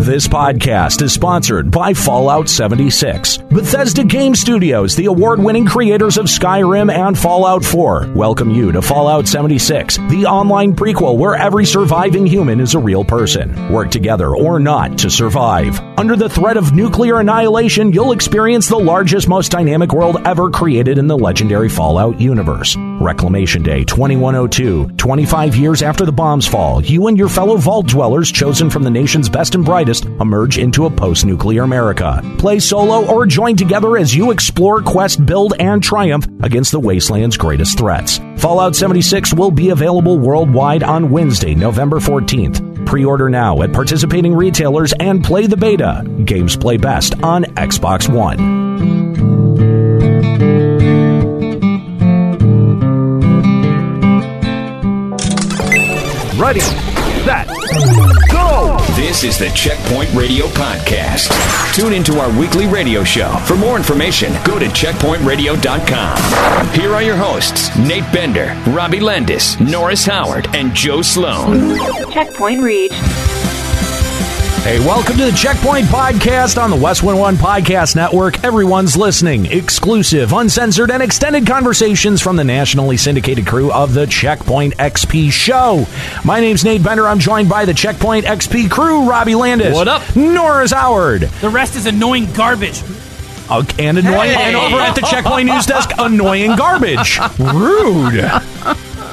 This podcast is sponsored by Fallout 76. Bethesda Game Studios, the award winning creators of Skyrim and Fallout 4, welcome you to Fallout 76, the online prequel where every surviving human is a real person. Work together or not to survive. Under the threat of nuclear annihilation, you'll experience the largest, most dynamic world ever created in the legendary Fallout universe. Reclamation Day 2102, 25 oh years after the bombs fall, you and your fellow vault dwellers, chosen from the nation's best and brightest, emerge into a post nuclear America. Play solo or join together as you explore, quest, build, and triumph against the wasteland's greatest threats. Fallout 76 will be available worldwide on Wednesday, November 14th. Pre order now at participating retailers and play the beta. Games play best on Xbox One. Ready, set, go! This is the Checkpoint Radio Podcast. Tune into our weekly radio show. For more information, go to checkpointradio.com. Here are your hosts Nate Bender, Robbie Landis, Norris Howard, and Joe Sloan. Checkpoint reached. Hey, welcome to the Checkpoint Podcast on the West Wind One Podcast Network. Everyone's listening. Exclusive, uncensored, and extended conversations from the nationally syndicated crew of the Checkpoint XP show. My name's Nate Bender. I'm joined by the Checkpoint XP crew, Robbie Landis. What up? Norris Howard. The rest is annoying garbage. Uh, and annoying. And over at the Checkpoint News Desk, annoying garbage. Rude.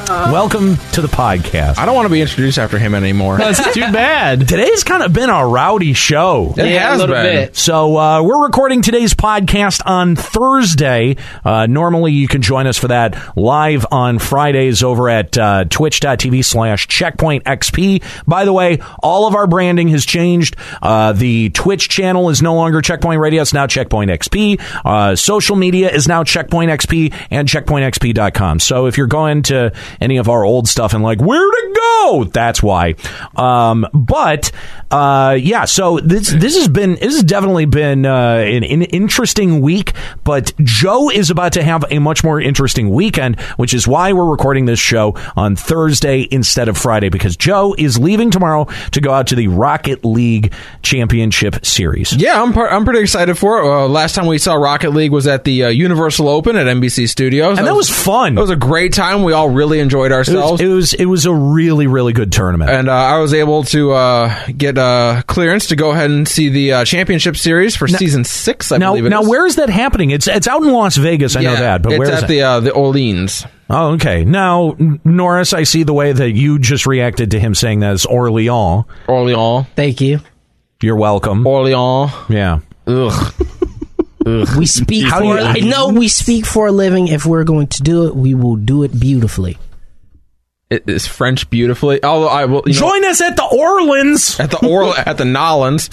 Welcome to the podcast. I don't want to be introduced after him anymore. That's too bad. Today's kind of been a rowdy show. It Yeah, a has little been. bit. So uh, we're recording today's podcast on Thursday. Uh, normally, you can join us for that live on Fridays over at uh, twitch.tv slash checkpoint XP. By the way, all of our branding has changed. Uh, the Twitch channel is no longer Checkpoint Radio. It's now Checkpoint XP. Uh, social media is now Checkpoint XP and checkpointxp.com. So if you're going to any of our old stuff and like, where to go? That's why. Um, but uh, yeah, so this this has been this has definitely been uh, an, an interesting week. But Joe is about to have a much more interesting weekend, which is why we're recording this show on Thursday instead of Friday because Joe is leaving tomorrow to go out to the Rocket League Championship Series. Yeah, I'm par- I'm pretty excited for it. Uh, last time we saw Rocket League was at the uh, Universal Open at NBC Studios, And that was fun. That was a great time. We all really enjoyed It was, ourselves, it was it was a really really good tournament. and uh, I was able to uh, get uh, clearance to go ahead and see the uh, championship series for season six. I now believe it now is. where is that happening? It's it's out in Las Vegas. I know Yeah, that, but it's where is at it? the uh, the Orleans. Oh, okay. Now, N- Norris, I see the way that you just reacted to him saying that is Orleans. Orleans, Thank you. You're welcome. Orleans. yeah. Ugh. We speak How do for you- I know we speak for a living. If we're going to do it, we will do it beautifully. It is French beautifully. Although I will you know, Join us at the Orleans. at the Orl at the Nolans.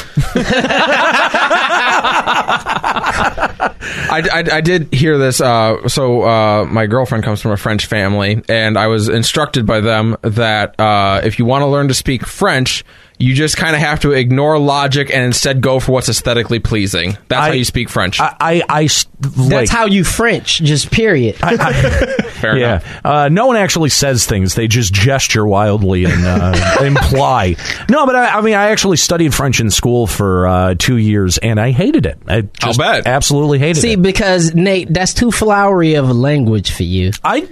I, I, I did hear this. Uh, so uh, my girlfriend comes from a French family, and I was instructed by them that uh, if you want to learn to speak French, you just kind of have to ignore logic and instead go for what's aesthetically pleasing. That's I- how you speak French. I, I, I s- like, That's how you French, just period. Fair yeah. enough. Uh, no one actually says things. They just gesture wildly and uh, imply. No, but I, I mean, I actually studied French in school for uh, two years, and I hated it. I just bet. absolutely hated See, it. because Nate, that's too flowery of a language for you. I,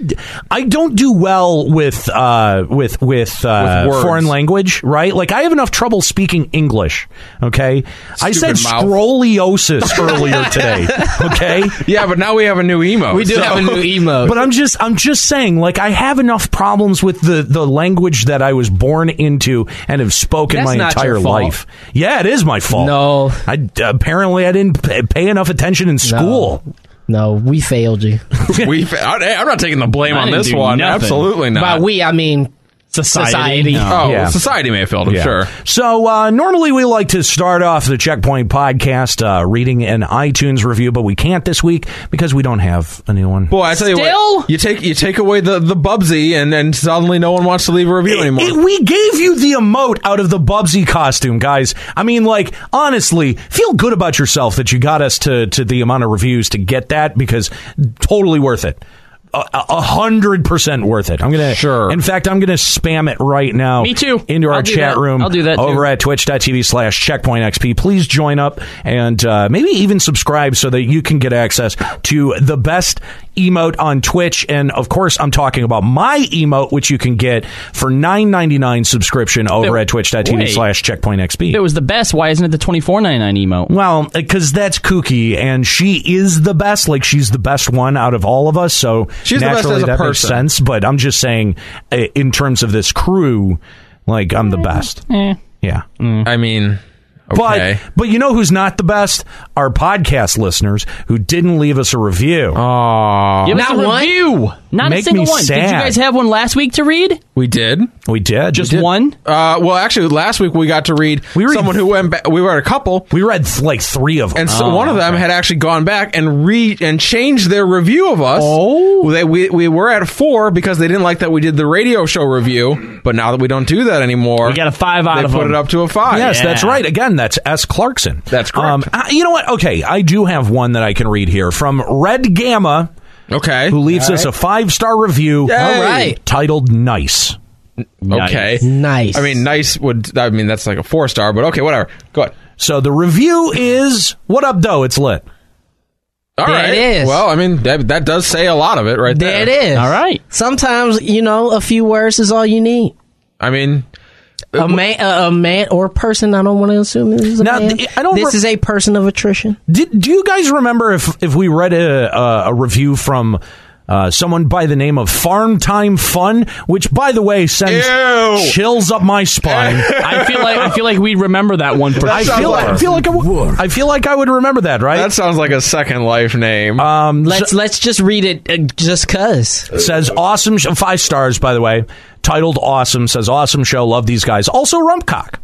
I don't do well with uh, with with, uh, With words. foreign language, right? Like I have enough trouble speaking English. Okay, I said Stupid mouth. scoliosis earlier today. Okay, yeah, but now we have a new emo. We do have a new emo. but I'm just I'm just saying, like I have enough problems with the the language that I was born into and have spoken That's my not entire your fault. life. Yeah, it is my fault. No. I apparently I didn't p- pay enough attention in school. No, we failed you. we, I, am not taking the blame I on didn't this do one. nothing. Absolutely By not. we, I mean society. oh, Yeah. society may have failed. I'm Yeah. sure. So uh, normally we like to start off the Checkpoint podcast uh, reading an iTunes review, but we can't this week because we don't have a new one. Boy, I tell you Still? what, you take you take away the the Bubsy, and and suddenly no one wants to leave a review anymore. It- we gave you the emote out of the Bubsy costume, guys. I mean, like honestly, feel good about yourself that you got us to to the amount of reviews to get that because totally worth it. a- a hundred percent worth it. I'm gonna Sure. In fact, I'm gonna spam it right now. Me too. Into our I'll do chat that. room. I'll do that too. over at twitch.tv slash checkpoint XP. Please join up and uh, maybe even subscribe so that you can get access to the best emote on Twitch. And of course, I'm talking about my emote, which you can get for $9.99 subscription over Wait. at twitch.tv slash checkpoint XP. If it was the best, why isn't it the twenty four ninety nine emote? Well, because that's kooky, and she is the best. Like she's the best one out of all of us. So She's the best naturally as a that person. makes sense. But I'm just saying, uh, in terms of this crew, like I'm the best. Yeah. I mean, But okay. but you know who's not the best? Our podcast listeners who didn't leave us a review. Oh. Aw, Give us a review. Not a Make single me one. Did you sad. guys have one last week to read? we did. we did. Just we did. one. Uh, well, actually, last week we got to read We read- someone who went. Ba- we read a couple, We read th- like three of them. and so one of them had actually gone back and re and changed their review of us. Oh. they, we we were at four because they didn't like that we did the radio show review. But now that we don't do that anymore, We got a five out They of put them. it up to a five. Oh, Yes, that's Yeah. right. Again, that's S. Clarkson. Um, That's correct. I- you know what? Okay, I do have one that I can read here from Red Gamma, Okay. who leaves us a five star review. Yay. All right. Titled Nice. Okay. Nice. I mean, nice would. I mean, that's like a four star, but okay, whatever. Go ahead. So the review is What up, doe? It's lit. All There right. it is. Well, I mean, that, that does say a lot of it right there there. it is. All right. Sometimes you know a few words is all you need. I mean, A man, a, a man or person. I don't want to assume this is a Now, man. th- I don't this rem- is a person of attrition. Did, do you guys remember if, if we read a, a, a review from uh, someone by the name of Farm Time Fun, which, by the way, sends Ew. chills up my spine? I feel like I feel like we remember that one for I sounds feel, like- I feel like I, w- I feel like I would remember that, right? that sounds like a second life name. Let's let's just read it uh, just cuz. says awesome sh- five stars by the way titled awesome says awesome show love these guys also rumpcock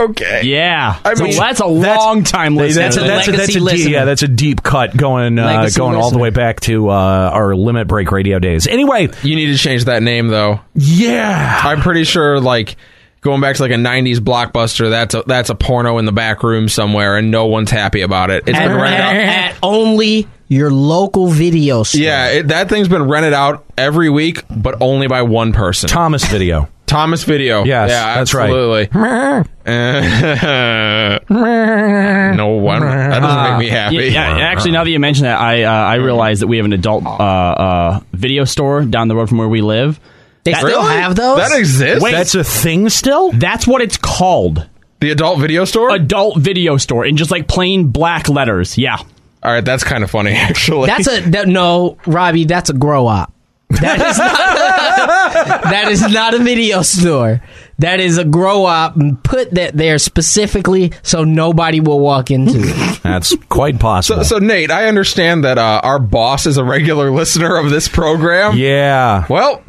okay. Yeah. I mean, so that's a long time listener. that's a, that's a, Like, that's a Legacy deep, yeah listener. that's a deep cut going uh, Legacy going all the listener. way back to uh, our limit break radio days anyway You need to change that name though. yeah I'm pretty sure like going back to like a 90s blockbuster that's a that's a porno in the back room somewhere and no one's happy about it. It's been rented out. At only your local video store. Yeah, it, that thing's been rented out every week but only by one person. thomas video Thomas Video. Yes, yeah, that's right. absolutely. Eh, no one. That doesn't make me happy. Yeah, yeah, actually, now that you mention that, I uh, I realize that we have an adult uh, uh, video store down the road from where we live. They still Really? have those? That exists. that's a thing still That's what it's called, the adult video store. adult video store, in just like plain black letters. Yeah, All right, that's kind of funny actually. That's a that, no, Robbie. That's a grow up. That is not. that is not a video store. That is a grow up and put that there specifically so nobody will walk into it. that's quite So, possible so Nate, I understand that uh, our boss is a regular listener of this program. yeah Well,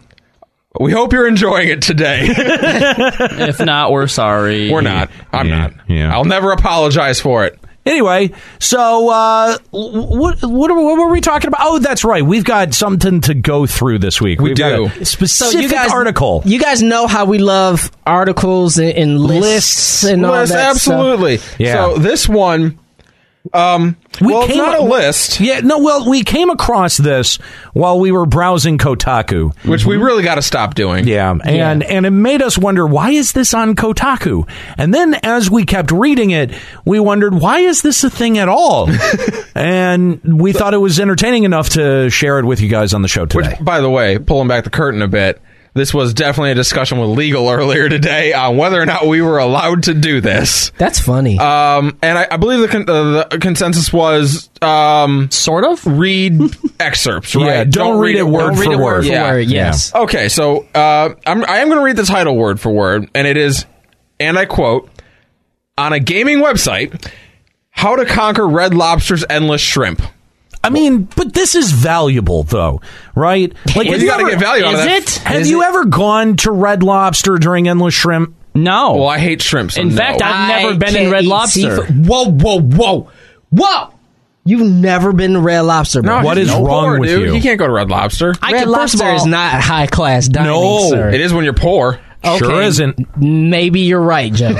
we hope you're enjoying it today. if not, we're sorry. We're not. I'm Yeah, not. yeah. I'll never apologize for it. Anyway, so uh, what what, are, what were we talking about? Oh, that's right. We've got something to go through this week. We We've got do. a So specific you guys, article. You guys know how we love articles and, and lists, and all List, that. stuff. absolutely. Yeah. So this one, um, well, it's not a list, Yeah, no. Well, we came across this while we were browsing Kotaku. which we really got to stop doing. Mm-hmm. Yeah, and and it made us wonder why is this on Kotaku? And then as we kept reading it, we wondered why is this a thing at all? and we thought it was entertaining enough to share it with you guys on the show today. Which, by the way, pulling back the curtain a bit, this was definitely a discussion with legal earlier today on whether or not we were allowed to do this. That's funny. Um, and I, I believe the, con- uh, the consensus was um, Sort of. read excerpts, right? Yeah, don't, read, it word Don't for read it word for Yeah. word. Yes. Okay, so uh, I'm, I am going to read the title word for word, and it is, and I quote, on a gaming website, how to conquer Red Lobster's endless shrimp. I mean, but this is valuable though, right? Like, Well, you got to get value out of Is that. it? Have you ever gone to Red Lobster during Endless Shrimp? No. Well, I hate shrimp. So In no. fact, I've never been in can't Red eat Lobster. seafood. Whoa, whoa, whoa, whoa! You've never been to Red Lobster, bro. What is He's wrong poor, with dude. you? He can't go to Red Lobster. I Red can- first of Lobster is all- not high class dining. No, sir. It is when you're poor. Sure isn't. Maybe you're right, Joe.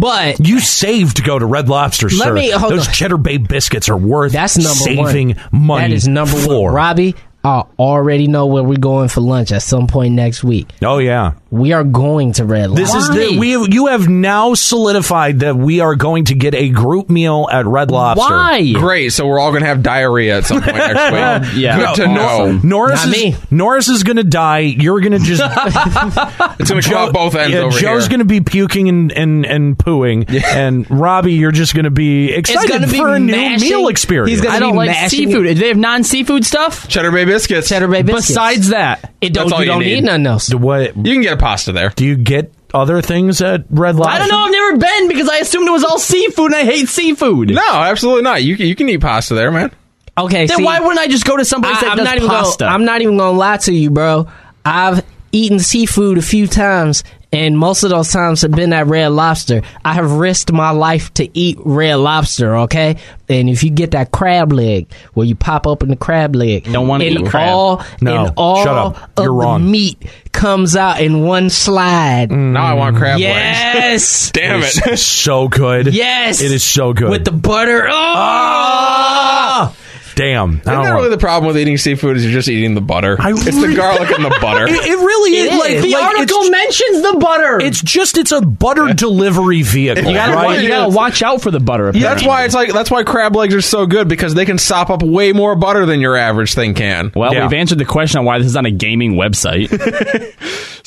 but You saved to go to Red Lobster, Let sir. me- hold Those on. Cheddar Bay biscuits are worth that's number one. saving money That is number for. one. Robbie, I already know where we're going for lunch at some point next week. Oh yeah. We are going to Red Lobster. This is the we have, you have now solidified that we are going to get a group meal at Red Lobster. Why? Great. So we're all going to have diarrhea at some point next week. Yeah. Good to know. Norris Not is, me. Norris is going to die. You're going to just It's going to come out both ends yeah, over Joe's here. going to be puking and and and pooing, and Robbie, you're just going to be excited gonna be for a new mashing- meal experience. he's gonna I don't be like mashing seafood. Do they have non seafood stuff? Cheddar Bay biscuits. Cheddar Bay biscuits. Besides that, it don't, That's all you you don't need. need nothing else. Do what? You can get a pasta there. Do you get other things at Red Lobster? I don't know. I've never been because I assumed it was all seafood and I hate seafood. No, absolutely not. You can, you can eat pasta there, man. Okay, Then see, why wouldn't I just go to someplace that I, am does not even pasta? Gonna, I'm not even gonna lie to you, bro. I've eaten seafood a few times, and most of those times have been at Red Lobster. I have risked my life to eat Red Lobster. Okay, and if you get that crab leg where you pop open the crab leg, Don't wanna and eat crab. All, No, and all shut up. of You're the wrong. Mm. meat comes out in one slide. Now I want crab legs. Yes. Damn it. It's so good. Yes. It is so good. With the butter. Oh! Ah! Damn. I Isn't don't that want- really the problem with eating seafood is you're just eating the butter. I it's the really- garlic and the butter. it, it really is. Like, the like, article it's, mentions the butter. it's just it's a butter delivery vehicle, You gotta right? watch- you gotta watch out for the butter. That's why it's like that's why crab legs are so good because they can sop up way more butter than your average thing can. Well, Yeah. we've answered the question on why this is on a gaming website.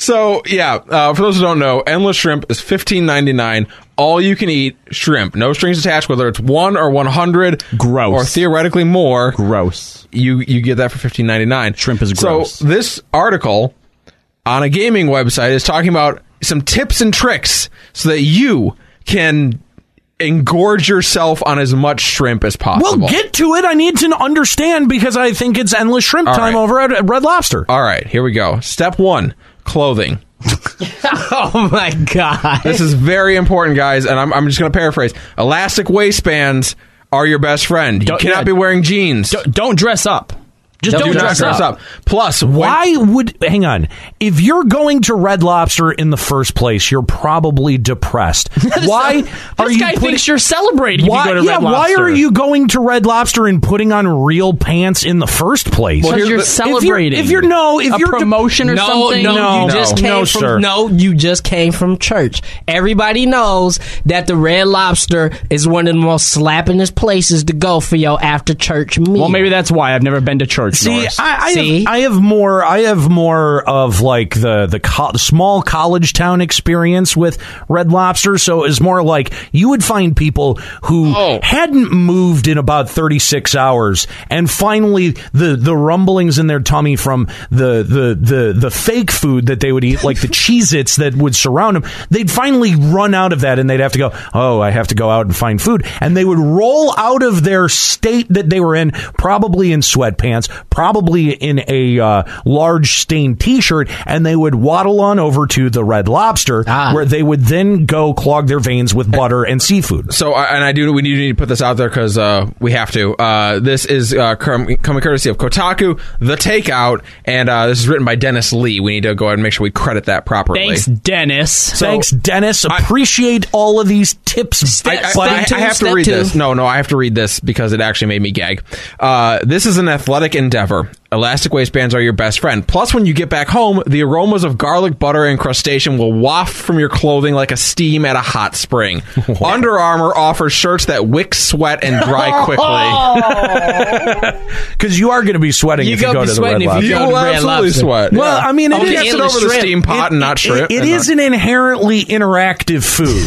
So yeah, uh, for those who don't know, endless shrimp is fifteen ninety nine. All you can eat shrimp, no strings attached. Whether it's one or one hundred, Gross. or theoretically more, Gross. you you get that for fifteen ninety nine. Shrimp is gross. So this article on a gaming website is talking about some tips and tricks so that you can engorge yourself on as much shrimp as possible. well, get to it. I need to understand because I think it's endless shrimp time right. over at at Red Lobster. Uh, All right, here we go. Step one: clothing. oh my god. This is very important, guys, and I'm, I'm just going to paraphrase. Elastic waistbands are your best friend. You Don't- cannot yeah. be wearing jeans. Don't, don't dress up. Just Do don't, not dress, up. Plus, when- Why would hang on? If you're going to Red Lobster in the first place, you're probably depressed. Why are this you guy putting- thinks you're celebrating if you Why, go to yeah, Red why Lobster. are you going to Red Lobster and putting on real pants in the first place? Well, Because Here's you're the- if you're- celebrating. if you're- no, if a you're de- promotion or no, something. No, No, you just no. came No, from sir. no, you just came from church. Everybody knows that the Red Lobster is one of the most slappingest places to go for your after church meal. Well, maybe that's why I've never been to church. Norris. See, I, I, See? Have, I have more. I have more of like the the co- small college town experience with Red Lobster. So it's more like you would find people who Oh. hadn't moved in about thirty six hours, and finally the the rumblings in their tummy from the the the the fake food that they would eat, like the Cheez-Its that would surround them. They'd finally run out of that, and they'd have to go. Oh, I have to go out and find food, and they would roll out of their state that they were in, probably in sweatpants, probably in a uh, large stained T-shirt, and they would waddle on over to the Red Lobster, Ah. where they would then go clog their veins with butter and seafood. So, I- and I do. We do need to put this out there because uh, we have to. Uh, this is uh, com- coming courtesy of Kotaku, The Takeout, and uh, this is written by Dennis Lee. We need to go ahead and make sure we credit that properly. Thanks, Dennis. Thanks, Dennis. Appreciate all of these tips. I, I- buddy. I- I have to read this. No, no, I have to read this because it actually made me gag. Uh, this is an athletic endeavor. Elastic waistbands are your best friend. Plus, when you get back home, the aromas of garlic, butter, and crustacean will waft from your clothing like a steam at a hot spring. Under Armour offers shirts that wick sweat and dry quickly. because you are going to be sweating You if you gonna go be to the sweating Red if you Lobster. you go will to Red absolutely Lobster. sweat. Well, I mean, it is- Only get it endless over the shrimp. steam pot It- and not it- shrimp. it and is not- an inherently interactive food.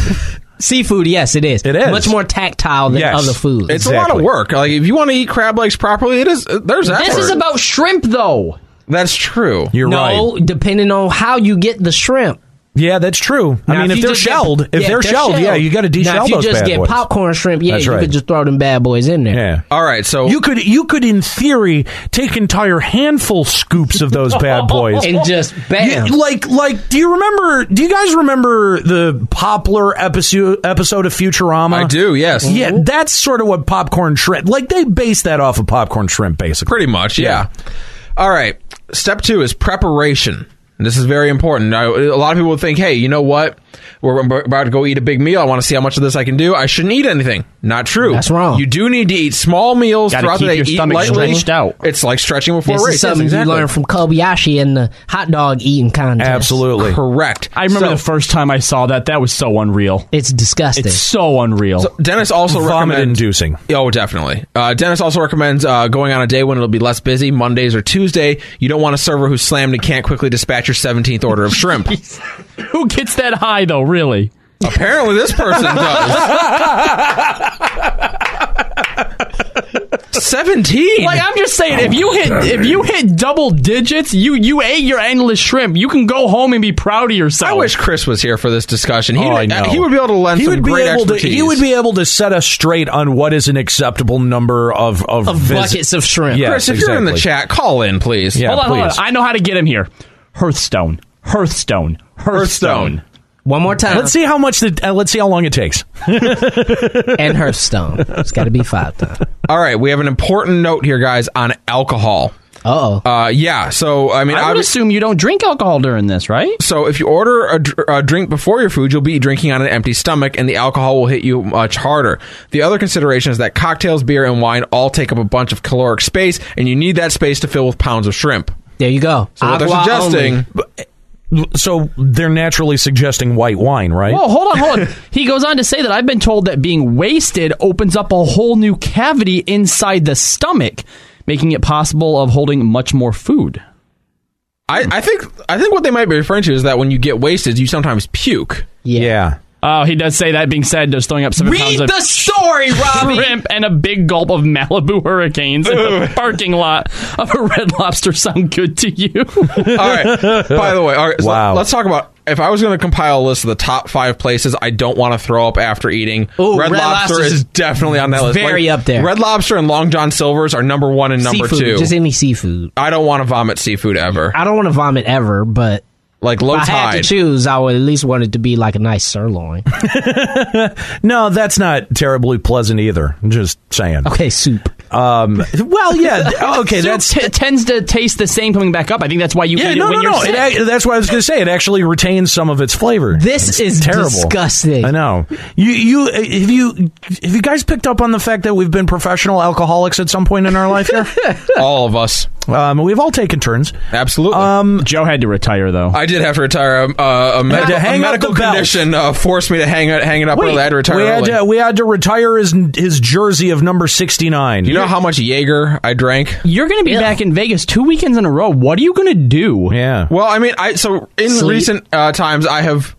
seafood, yes, it is. It is. much more tactile than Yes. other foods. It's a lot of Exactly. work. Like if you want to eat crab legs properly, it is. There's effort. this is about shrimp, though. That's true. You're no, right. depending on how you get the shrimp. Yeah, that's true. I Now, mean, if, you they're just get- shelled, if yeah, they're shelled, yeah, you got to Now, de-shell If you those just bad get boys. popcorn shrimp, yeah, That's you right. could just throw them bad boys in there. Yeah. All right, so You could you could in theory take entire handful scoops of those bad boys. And just bam. You- like like do you remember do you guys remember the poplar episode episode of Futurama? I do. Yes. Yeah, that's sort of what popcorn shrimp like they base that off of popcorn shrimp basically. Pretty much, yeah. All right. Step two is preparation. And this is very important. I, a lot of people would think, hey, you know what? We're ab- about to go eat a big meal. I want to see how much of this I can do. I shouldn't eat anything. Not true. That's wrong. You do need to eat small meals Gotta throughout keep the day. your Eat stomach lightly. stretched out. It's like stretching before This a race. is something Yes, you learn from Kobayashi in the hot dog eating contest. Absolutely. Correct. I remember So- the first time I saw that. That was so unreal. It's disgusting. It's so unreal. So Dennis also Vomit recommends inducing. Oh, definitely. Uh, Dennis also recommends uh, going on a day when it'll be less busy, Mondays or Tuesday. You don't want a server who's slammed and can't quickly dispatch your seventeenth order of shrimp. Who gets that high though? Really? Apparently, this person does. Seventeen. Like I'm just saying, if you hit if you hit double digits, you you ate your endless shrimp. You can go home and be proud of yourself. I wish Chris was here for this discussion. He, Oh, I know. he would be able to lend He some would be great able to- expertise. he would be able to set us straight on what is an acceptable number of of, of visits. buckets of shrimp. Yeah. Chris, if you're in the exactly. chat, call in, please. Yeah, hold on, hold on. please. I know how to get him here. Hearthstone. Hearthstone. Hearthstone. One more time. Let's see how much the uh, let's see how long it takes. and Hearthstone. It's got to be five times. All right, we have an important note here, guys, on alcohol. Uh oh. Uh, yeah. So I mean, I would obviously. assume you don't drink alcohol during this, right? So if you order a, dr- a drink before your food, you'll be drinking on an empty stomach, and the alcohol will hit you much harder. The other consideration is that cocktails, beer, and wine all take up a bunch of caloric space, and you need that space to fill with pounds of shrimp. There you go. So what they're Agua suggesting, only. So they're naturally suggesting white wine, right? Whoa, Oh, hold on, hold on. he goes on to say that I've been told that being wasted opens up a whole new cavity inside the stomach, making it possible of holding much more food. I, I think I think what they might be referring to is that when you get wasted, you sometimes puke. Yeah. yeah. Oh, he does say that. Being said, just throwing up seven Read pounds of the story, Robbie. shrimp and a big gulp of Malibu hurricanes in the parking lot of a Red Lobster sound good to you? All right. By the way, all right, so Wow. let's talk about. If I was going to compile a list of the top five places I don't want to throw up after eating, Ooh, Red, Red Lobster, Lobster's is definitely on that list. very up there. Red Lobster and Long John Silver's are number one and number seafood. two. Just any seafood. I don't want to vomit seafood ever. I don't want to vomit ever, but Like low if I had to tide. choose, I would at least want it to be like a nice sirloin. No, that's not terribly pleasant either. I'm just saying. Okay, soup. Um, well, yeah. Okay, that's Soup t- tends to taste the same coming back up. I think that's why you yeah. eat No, it no, when you're no. It, sick. ac- that's what I was going to say. It actually retains some of its flavor. This is terrible. disgusting. I know. You, you, uh, have you, have you guys picked up on the fact that we've been professional alcoholics at some point in our life here? All of us. um, we've all taken turns. Um, Absolutely. Um, Joe had to retire though. I did have to retire. Um, uh, a, med- to a hang up medical the belt. condition uh, forced me to hang it, hang it up early. I had to retire we had early. to, we had to retire his his jersey of number sixty nine. you know how much Jaeger I drank? You're going to be back in Vegas two weekends in a row. What are you going to do? yeah. Well, I mean, I so in Sleep. recent uh, times I have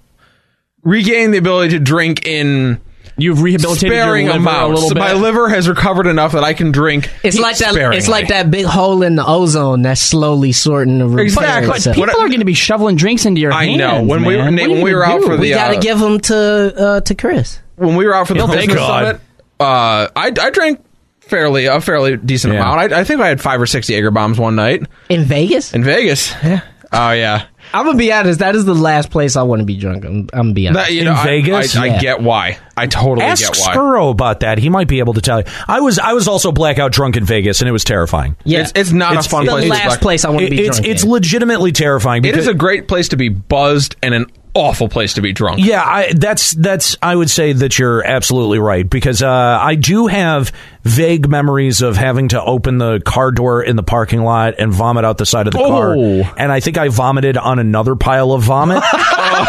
regained the ability to drink in You've rehabilitated sparing your liver a amounts. little bit. My liver has recovered enough that I can drink. It's like that. sparingly. It's like that big hole in the ozone that's slowly sorting the repair Exactly. but itself. people What I- are going to be shoveling drinks into your I hands. know. When we were- man. Nate, What are when you we were gonna out do? for the, we got uh, to give them to uh, to Chris. when we were out for the He'll business take it. summit, uh, I, I drank fairly a fairly decent Yeah. amount. I, I think I had five or six Jaeger bombs one night In Vegas? in Vegas. Yeah. Oh yeah. I'm gonna be honest. That is the last place I want to be drunk. I'm, I'm gonna be honest. That, you In know, I- Vegas? I, I Yeah. get why. I totally Ask get why. Spurrow about that. He might be able to tell you. I was I was also blackout drunk in Vegas, and it was terrifying. yeah, It's, it's not It's a fun the place. to last fuck. place I want to It- be it's drunk. it's in. legitimately terrifying. It Because, is a great place to be buzzed and an awful place to be drunk. yeah. I, that's that's I would say that you're absolutely right because uh, I do have vague memories of having to open the car door in the parking lot and vomit out the side of the car, Oh. and I think I vomited on another pile of vomit.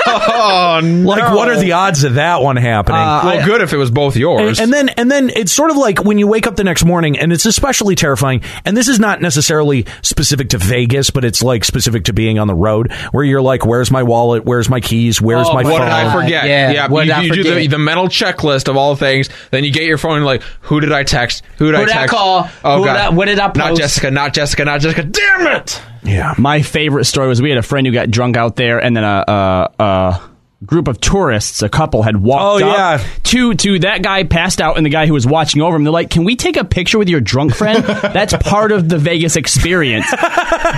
Oh, no. Uh, like, what are the odds of that one happening? well, good if it was both yours. Uh, And, and then and then it's sort of like when you wake up the next morning and it's especially terrifying and this is not necessarily specific to Vegas but it's like specific to being on the road where you're like where's my wallet where's my keys where's my Oh, what phone did I forget? Yeah, what you, did I you do the, forget? the mental checklist of all things. Then you get your phone and like, who did I text? Who did Who I did I text? call? Oh Who god, did I- what did I Not post? Jessica. Not Jessica. Not Jessica. Damn it! yeah My favorite story was we had a friend who got drunk out there, and then a, a, a group of tourists, a couple had walked Oh, up yeah. to to that guy passed out and the guy who was watching over him. They're like, "Can we take a picture with your drunk friend?" That's part of the Vegas experience.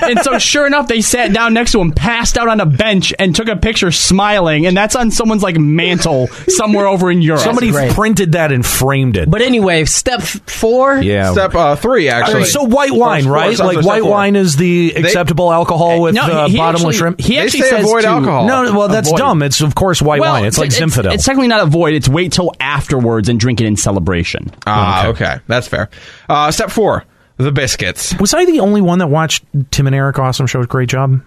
and so, sure enough, they sat down next to him, passed out on a bench, and took a picture smiling. And that's on someone's like mantle somewhere over in Europe. Somebody great. printed that and framed it. But anyway, step f- four. yeah. Step uh, three, actually. so white First wine, four, right? so- so Like step white four. wine is the acceptable alcohol with No, uh, he- he bottomless actually- shrimp. he They actually say says avoid to- alcohol. No, well, that's Avoid. dumb. It's of course white wine. It's like it's, Zinfandel. It's technically not avoid. It's wait till afterwards and drink it in celebration. Ah, okay. That's fair. Uh, step four, the biscuits. Was I the only one that watched Tim and Eric Awesome Show? Great job.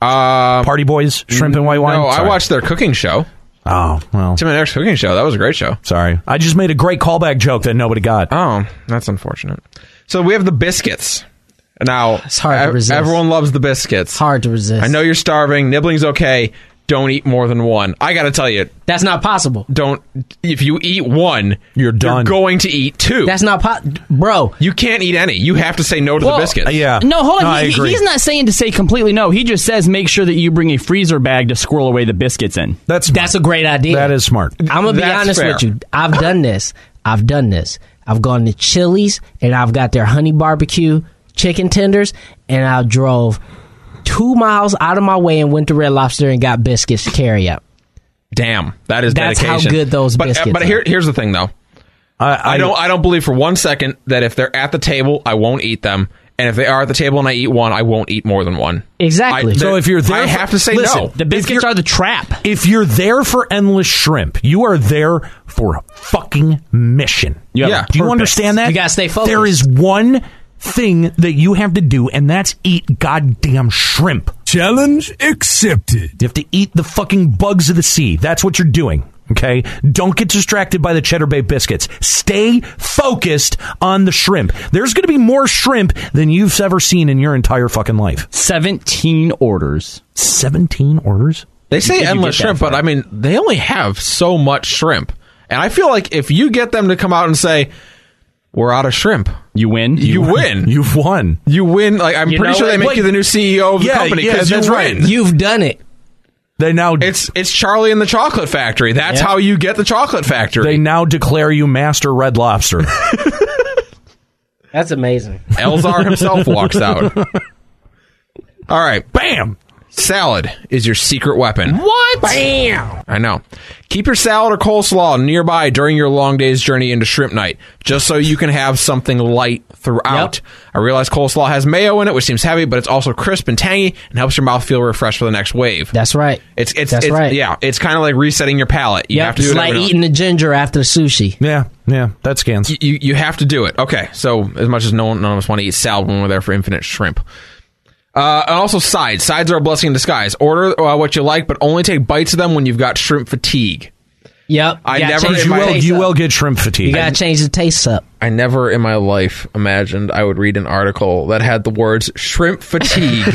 Party Boys, Shrimp and White Wine. Um, No, I Sorry. watched their cooking show. Oh well, Tim and Eric's cooking show. That was a great show. sorry. I just made a great callback joke that nobody got. Oh, that's unfortunate. So we have the biscuits. Now, It's hard to ev- resist. everyone loves the biscuits. It's hard to resist. I know you're starving. Nibbling's okay. Don't eat more than one. I got to tell you, that's not possible. don't. If you eat one, You're done. going to eat two. That's not po- bro. you can't eat any. You have to say no to Well, the biscuits. Uh, yeah. No, hold on. I He- he- agree. he's not saying to say completely no. He just says make sure that you bring a freezer bag to squirrel away the biscuits in. That's smart. That's a great idea. that is smart. I'm gonna be That's honest fair. with you. I've done this. I've done this. I've gone to Chili's and I've got their honey barbecue chicken tenders, and I drove two miles out of my way and went to Red Lobster and got biscuits to carry up. Damn, that is That's how dedication. good those but, uh, biscuits But are. here, here's the thing, though. I, don't. I don't believe for one second that if they're at the table, I won't eat them. And if they are at the table and I eat one, I won't eat more than one. Exactly. I- So if you're there I for- have to say listen, no. The biscuits are the trap. If you're there for endless shrimp, you are there for a fucking mission. have Yeah. a Do you purpose. understand that? You gotta stay focused. There is one thing that you have to do, and that's eat goddamn shrimp. Challenge accepted. You have to eat the fucking bugs of the sea. That's what you're doing. Okay? Don't get distracted by the Cheddar Bay biscuits. Stay focused on the shrimp. There's going to be more shrimp than you've ever seen in your entire fucking life. 17 orders. 17 orders? They say you endless get that shrimp, but I mean, they only have so much shrimp. And I feel like if you get them to come out and say, "We're out of shrimp," You win. you, win. You, You've won. win. Like I'm pretty know sure they what? make Wait. you the new CEO of the Yeah, company yeah, because that's you right. win. you've done it. They now It's it's Charlie and the Chocolate Factory. That's how you get the Chocolate they Factory. now declare you master red lobster. That's amazing. Elzar himself walks out. All right, Bam. salad is your secret weapon. What? Bam. I know. Keep your salad or coleslaw nearby during your long day's journey into shrimp night, just so you can have something light throughout. I realize coleslaw has mayo in it, which seems heavy, but it's also crisp and tangy and helps your mouth feel refreshed for the next wave. That's right. it's it's, That's it's- right. yeah. It's kind of like resetting your palate. You Yep. have to do it's it like every- eating the ginger after the sushi. Yeah, yeah, that scans. you you have to do it. Okay, so as much as no one, none of us want to eat salad when we're there for infinite shrimp. Uh, and also sides. Sides are a blessing in disguise. Order uh, what you like, but only take bites of them when you've got shrimp fatigue. Yep. I You gotta never change in the my- Well, taste you up. will get shrimp fatigue. You gotta change the taste up. I never in my life imagined I would read an article that had the words shrimp fatigue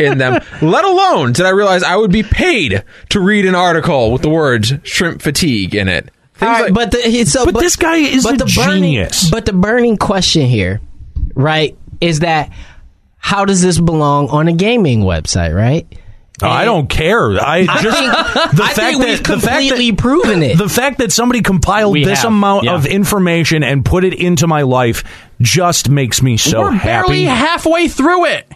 in them, let alone did I realize I would be paid to read an article with the words shrimp fatigue in it. Things All right, like- but the, he- so, But this guy is a burning, genius. But the burning question here, right, is that how does this belong on a gaming website, right? Oh, I don't care. I I just think, the I fact think that we've the fact completely that, proven it. the fact that somebody compiled We this have, amount yeah. of information and put it into my life just makes me so We're happy. barely halfway through it.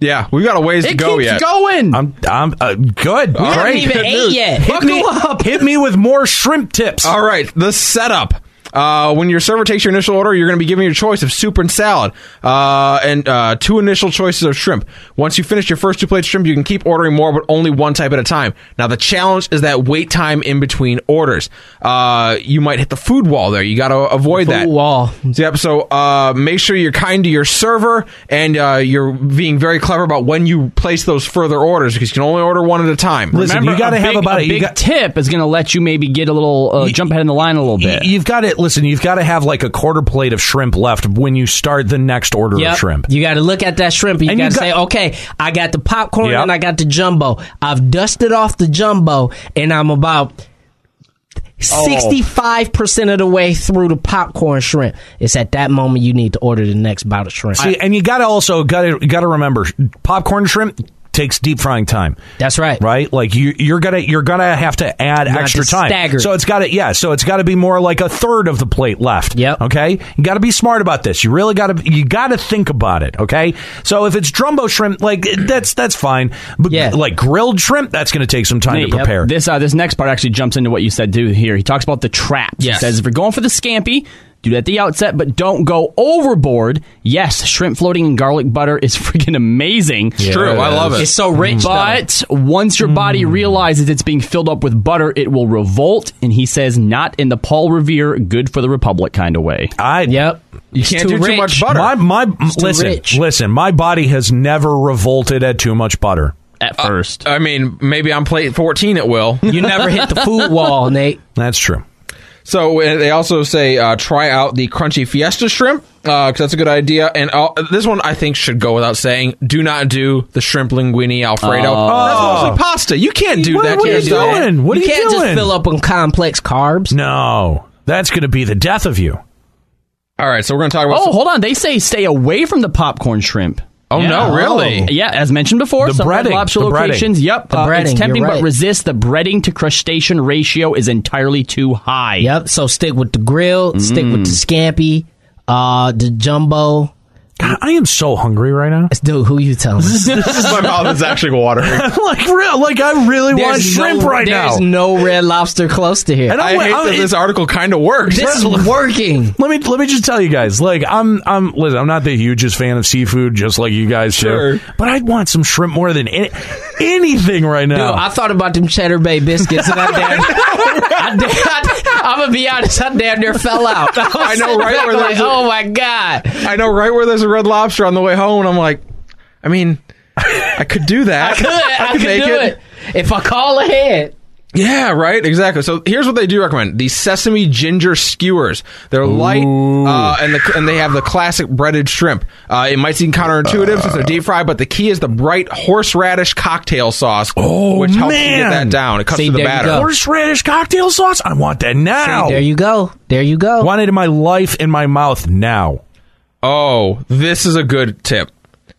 yeah, we've got a ways to It go keeps yet. going. I'm I'm uh, good. We haven't Great. even Good ate news. yet. Hit me, hit me with more shrimp tips. All right, the setup. Uh, when your server takes your initial order, you're going to be given your choice of soup and salad, uh, and uh, two initial choices of shrimp. Once you finish your first two plates of shrimp, you can keep ordering more, but only one type at a time. Now, the challenge is that wait time in between orders. Uh, you might hit the food wall there. You got to avoid that. wall. Yep. So uh, make sure you're kind to your server and uh, you're being very clever about when you place those further orders because you can only order one at a time. Listen, you got to a have big, about a it. You big got- tip is going to let you maybe get a little uh, jump ahead in the line a little y- bit. You've got to listen. You've got to have like a quarter plate of shrimp left when you start the next order Yep. of shrimp. You got to look at that shrimp and you And you got to got- say, okay, I got the popcorn Yep. and I got the jumbo. I've dusted off the jumbo and I'm about Oh. 65% of the way through the popcorn shrimp. It's at that moment you need to order the next bout of shrimp. See, and you got to also got to got to remember popcorn shrimp takes deep frying time. That's right. Right? Like you, you're gonna you're gonna have to add have extra to time. stagger it. So it's got to yeah. So it's got to be more like a third of the plate left. Yep. Okay. You got to be smart about this. You really got to you got to think about it. Okay. So if it's jumbo shrimp, like that's that's fine. But Yeah. like grilled shrimp, that's gonna take some time Nate, to prepare. This uh, this next part actually jumps into what you said too here. He talks about the traps. Yes. He says if you're going for the scampi, do it at the outset, but don't go overboard. Yes, shrimp floating in garlic butter is freaking amazing. It's true. I love it. It's so rich. though. But once your body Mm. realizes it's being filled up with butter, it will revolt. And he says, not in the Paul Revere, good for the Republic kind of way. I Yep. you can't do too much butter. My my too listen rich. listen. My body has never revolted at too much butter. At first, I mean, maybe on plate 14 it will. Uh, You never hit the food wall, Oh, Nate. That's true. So uh, they also say uh, try out the crunchy fiesta shrimp because that's a good idea. And uh, this one I think should go without saying. Do not do the shrimp linguine alfredo. Oh. Oh, That's mostly pasta. You can't do What- that what to are you yourself. doing? What you are you can't doing? just fill up on complex carbs. No, that's going to be the death of you. All right, so we're going to talk about. oh, hold on. They say stay away from the popcorn shrimp. Oh, no, really? Yeah, as mentioned before, The some Red breading, Lobster the breading. locations. Yep, The uh, breading, it's you're tempting, right. but resist. The breading to crustacean ratio is entirely too high. Yep. So stick with the grill. Stick with the Mm-hmm. scampi. Uh, the jumbo. God, I am so hungry right now. Dude, who you telling? This is my mouth is actually watering. like real, like I really want There's shrimp no, right now. There's no red lobster close to here. And I hate I'm- that this article kind of works. This is working. let me let me just tell you guys, like I'm I'm listen, I'm not the hugest fan of seafood, just like you guys Sure. do. But I'd want some shrimp more than any, anything right now. Dude, I thought about them Cheddar Bay biscuits, and I damn, I damn, I, am gonna be honest, I damn near fell out. I, was I know, sitting right, back where like, there's a- oh my god, I know right where there's a red lobster on the way home, and I'm like, I mean, I could do that. I could, I, could, make do it. if I call ahead. Yeah, right. Exactly. So here's what they do recommend: the sesame ginger skewers. They're light, uh, and the, and they have the classic breaded shrimp. Uh, it might seem counterintuitive since they're deep fried, but the key is the bright horseradish cocktail sauce, Oh, which helps you get man. that down. It cuts See, through the there you batter. go. Horseradish cocktail sauce. I want that now. There you go, there you go. want it in my life, in my mouth now. Oh, this is a good tip: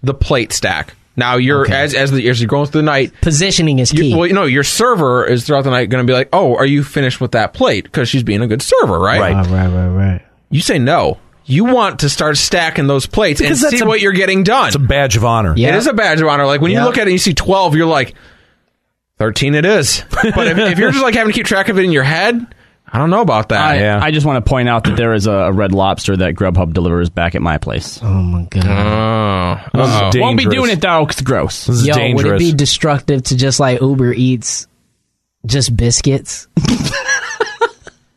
the plate stack. Now you're as as the as you're going through the night. Positioning is key. You, well, no, your server is throughout the night going to be like, "Oh, are you finished with that plate?" Because she's being a good server, right? Right. right, right, right. You say no. You want to start stacking those plates Because and that's see a- what you're getting done. It's a badge of honor. Yeah. It is a badge of honor. Like when you look at it and you see 12, you're like, 13 it is. But if, if you're just like having to keep track of it in your head, I don't know about that. I, yeah. I just want to point out that there is a, a red lobster that Grubhub delivers back at my place. Oh my god. Oh. Uh-oh. Dangerous. Won't be doing it though, 'cause it's gross. This is Yo, dangerous. would it be destructive to just like Uber Eats, just biscuits?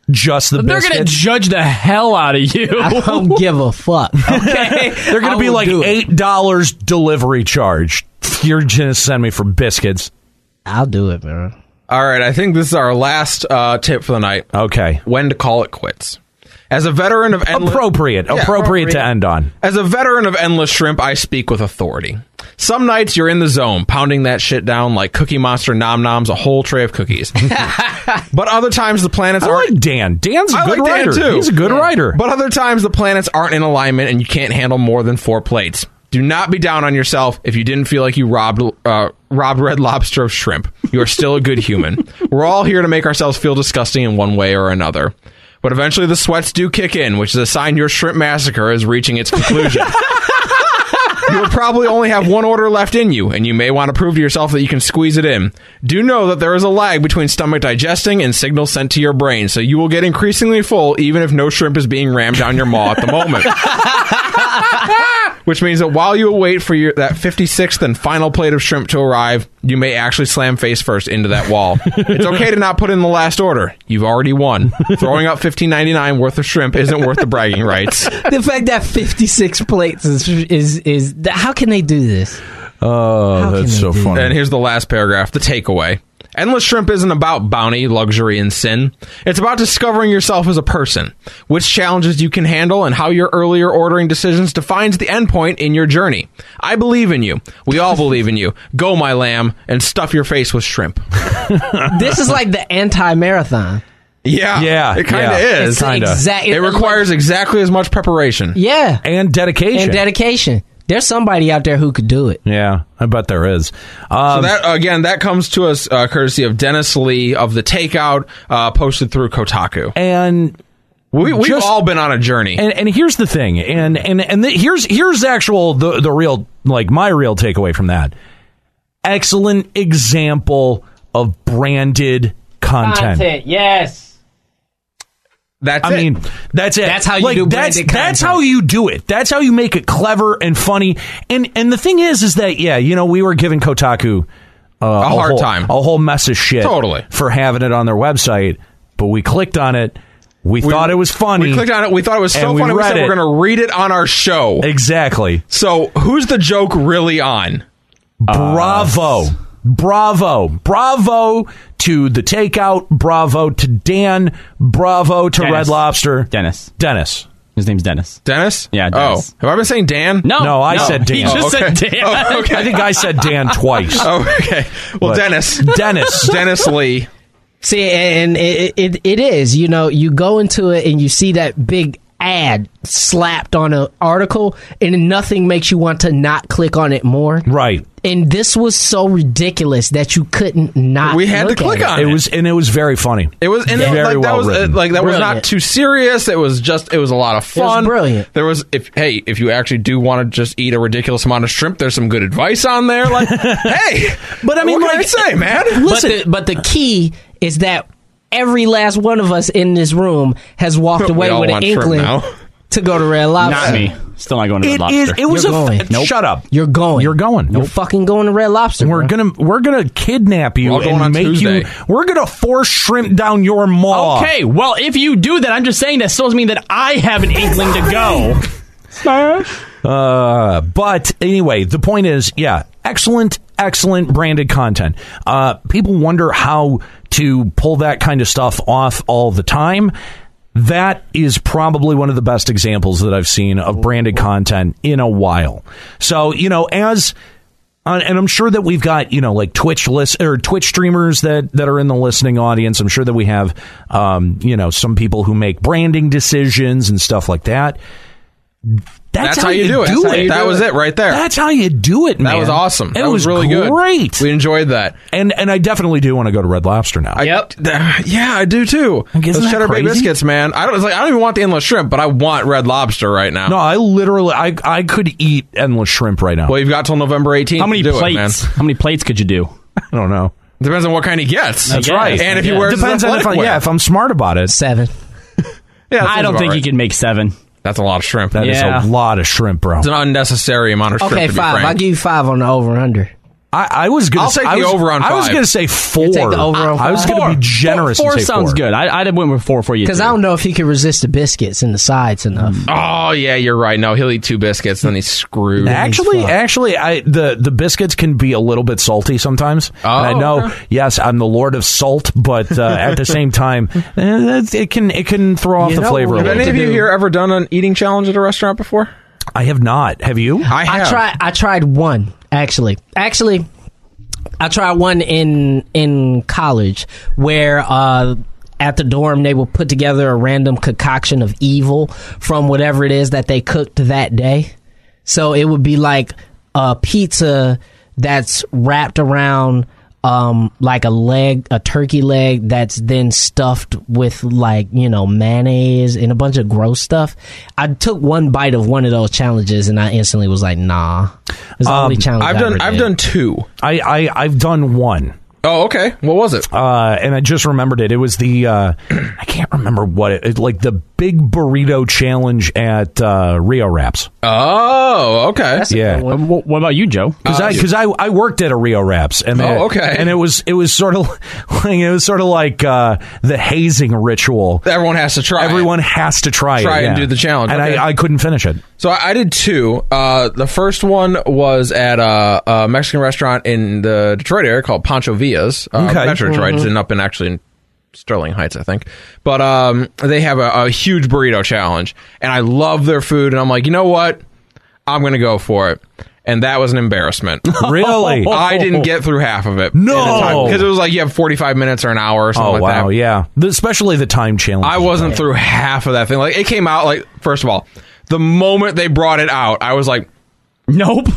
Just the They're biscuit. gonna judge the hell out of you. I don't give a fuck. Okay. They're going I to be will like do it. eight dollars delivery charge. You're gonna send me for biscuits. I'll do it, man. All right. I think this is our last uh, tip for the night Okay, when to call it quits. As a veteran of endless- appropriate, Yeah, appropriate, to end on. As a veteran of endless shrimp, I speak with authority. Some nights you're in the zone, pounding that shit down like Cookie Monster nom noms a whole tray of cookies. but other times the planets I aren't. like Dan. Dan's a I good like Dan, writer. too. He's a good writer. But other times the planets aren't in alignment and you can't handle more than four plates. Do not be down on yourself if you didn't feel like you robbed uh, robbed Red Lobster of shrimp. You are still a good human. We're all here to make ourselves feel disgusting in one way or another. But eventually the sweats do kick in, which is a sign your shrimp massacre is reaching its conclusion. You will probably only have one order left in you, and you may want to prove to yourself that you can squeeze it in. Do know that there is a lag between stomach digesting and signals sent to your brain, so you will get increasingly full even if no shrimp is being rammed down your maw at the moment. Which means that while you await for your that 56th and final plate of shrimp to arrive, you may actually slam face first into that wall. it's okay to not put in the last order. You've already won. Throwing up 15.99 worth of shrimp isn't worth the bragging rights. the fact that 56 plates is is is th- how can they do this oh, can that's they so do funny. And here's the last paragraph the takeaway. Endless Shrimp isn't about bounty, luxury, and sin. It's about discovering yourself as a person, which challenges you can handle, and how your earlier ordering decisions defines the endpoint in your journey. I believe in you. We all believe in you. Go, my lamb, and stuff your face with shrimp. this is like the anti-marathon Yeah. Yeah, It kind of yeah. is. Kinda. exact It requires exactly as much preparation. yeah And dedication. and dedication There's somebody out there who could do it. Yeah, I bet there is. Um, So that again, that comes to us uh, courtesy of Dennis Lee of the Takeout, uh, posted through Kotaku. and We, we've Just- all been on a journey. and and here's the thing and and and the, here's here's actual the the real like my real takeaway from that excellent example of branded content, yes. That's I it. mean, that's it. That's how you Like, do that's, branded That's content. how you do it. That's how you make it clever and funny. And and the thing is, is that yeah, you know, we were giving Kotaku uh, a, hard whole- time. a whole mess of shit, Totally. for having it on their website. But we clicked on it. We, thought it was funny. Mm. We clicked on it. We thought it was so And we funny. We read said it. we're going to read it on our show. exactly. So who's the joke really on? Bravo. Bravo. Bravo to the takeout. Bravo to Dan. Bravo to Dennis. Red Lobster. Dennis. Dennis. His name's Dennis. Dennis? Yeah, Dennis. Oh, have I been saying Dan? No, No, I said He Dan. just Oh, said Dan. Oh, okay. I think I said Dan twice. Oh, okay. Well, But- Dennis. Dennis. Dennis Lee. See, and it, it it is. You know, you go into it and you see that big ad slapped on an article, and nothing makes you want to not click on it more. Right. And this was so ridiculous that you couldn't not. We had to look at click it. on It was and it was very funny. It was and it, Very like well that was uh, written. like that was not Brilliant. too serious. It was just it was a lot of was fun. brilliant. There was if hey if you actually do want to just eat a ridiculous amount of shrimp, there's some good advice on there. Like hey, But I mean, what like- can I say, man? But the, but the key is that every last one of us in this room has walked We away all with an want shrimp inkling now. to go to Red Not Lobster. me. Still not going to Red It Lobster. is. It was You're a. going. Nope. Shut up. You're going. You're going. You're Nope. fucking going to Red Lobster. We're bro. gonna we're gonna kidnap you We're all going and on make you. Tuesday. We're gonna force shrimp down your maw. Okay, well, if you do that, I'm just saying that still doesn't mean that I have an inkling to go. Uh, but anyway, the point is, yeah, excellent, excellent branded content. Uh, people wonder how to pull that kind of stuff off all the time. That is probably one of the best examples that I've seen of branded content in a while. So, you know, as uh, and I'm sure that we've got you know like Twitch list or Twitch streamers that that are in the listening audience. I'm sure that we have um, you know some people who make branding decisions and stuff like that. That's, how, you do it. That's how you That do was it. it right there. That's how you do it, man. That was awesome. It that was, really good. great. We enjoyed that. And and I definitely do want to go to Red Lobster now. Yep. yeah, I do too. Like, isn't Those that cheddar bay crazy? biscuits, man. I don't. It's like I don't even want the endless shrimp, but I want red lobster right now. no, I literally I I could eat endless shrimp right now. Well, you've got till November 18th. How many to do It, man. plates? How many plates could you do? I don't know. Depends on what kind he gets. That's I guess, right. And if I he guess. wears his Depends on if I, athletic wear. yeah if I'm smart about it. seven. Yeah, that I sounds don't about think right. you can make seven. That's a lot of shrimp. That is Yeah. a lot of shrimp, bro. It's an unnecessary amount of shrimp. Okay, to be five. frank. I'll give you five on the over under. I, I was gonna. I'll say, take I the was, over on I was five. gonna say four. take the over on I was five? gonna be generous. Four, and say sounds four. good. I, I'd have went with four for you. Because too. I don't know if he could resist the biscuits and the sides enough. Oh yeah, you're right. No, he'll eat two biscuits, then he's screwed. Actually, fuck. actually, I the the biscuits can be a little bit salty sometimes. and I Oh, know, okay. yes, I'm the lord of salt, but uh, at the same time, eh, that's- it can it can throw off the know, flavor a have Have little any bit. of you here ever done an eating challenge at a restaurant before? I have not. Have you? I tried. I tried one actually. Actually, I tried one in in college where uh, at the dorm they will put together a random concoction of evil from whatever it is that they cooked that day. So it would be like a pizza that's wrapped around um like a leg a turkey leg that's then stuffed with like you know mayonnaise and a bunch of gross stuff i took one bite of one of those challenges and i instantly was like nah it's the only challenge Um, I've I done. ever I've did. done two. I, I I've done one, Oh, okay. What was it? uh, and I just remembered it. It was the uh, I can't remember what it, it like the big burrito challenge at uh, Rio Wraps. oh, okay. yeah. Wh- Uh, wh- What about you, Joe? Uh, because I because I, I worked at a Rio Raps and Oh, it- okay. and it was it was sort of like, it was sort of like uh, the hazing ritual. Everyone has to try. it. Everyone has to try, Try it, and yeah. do the challenge, and okay. I, I couldn't finish it. So I, I did two. Uh, the first one was at a, a Mexican restaurant in the Detroit area called Pancho Villa's. Uh, Okay. Mm-hmm. Metro Detroit. It's in up in actually in Sterling Heights, I think. But um, they have a, a huge burrito challenge, and I love their food. And I'm like, you know what? I'm gonna go for it. And that was an embarrassment. Really? Oh, I didn't get through half of it. No! because it was like you have 45 minutes or an hour or something Oh like that. wow, yeah. The- especially the time challenge. I wasn't through half of that thing. Like it came out like first of all, the moment they brought it out, I was like, Nope.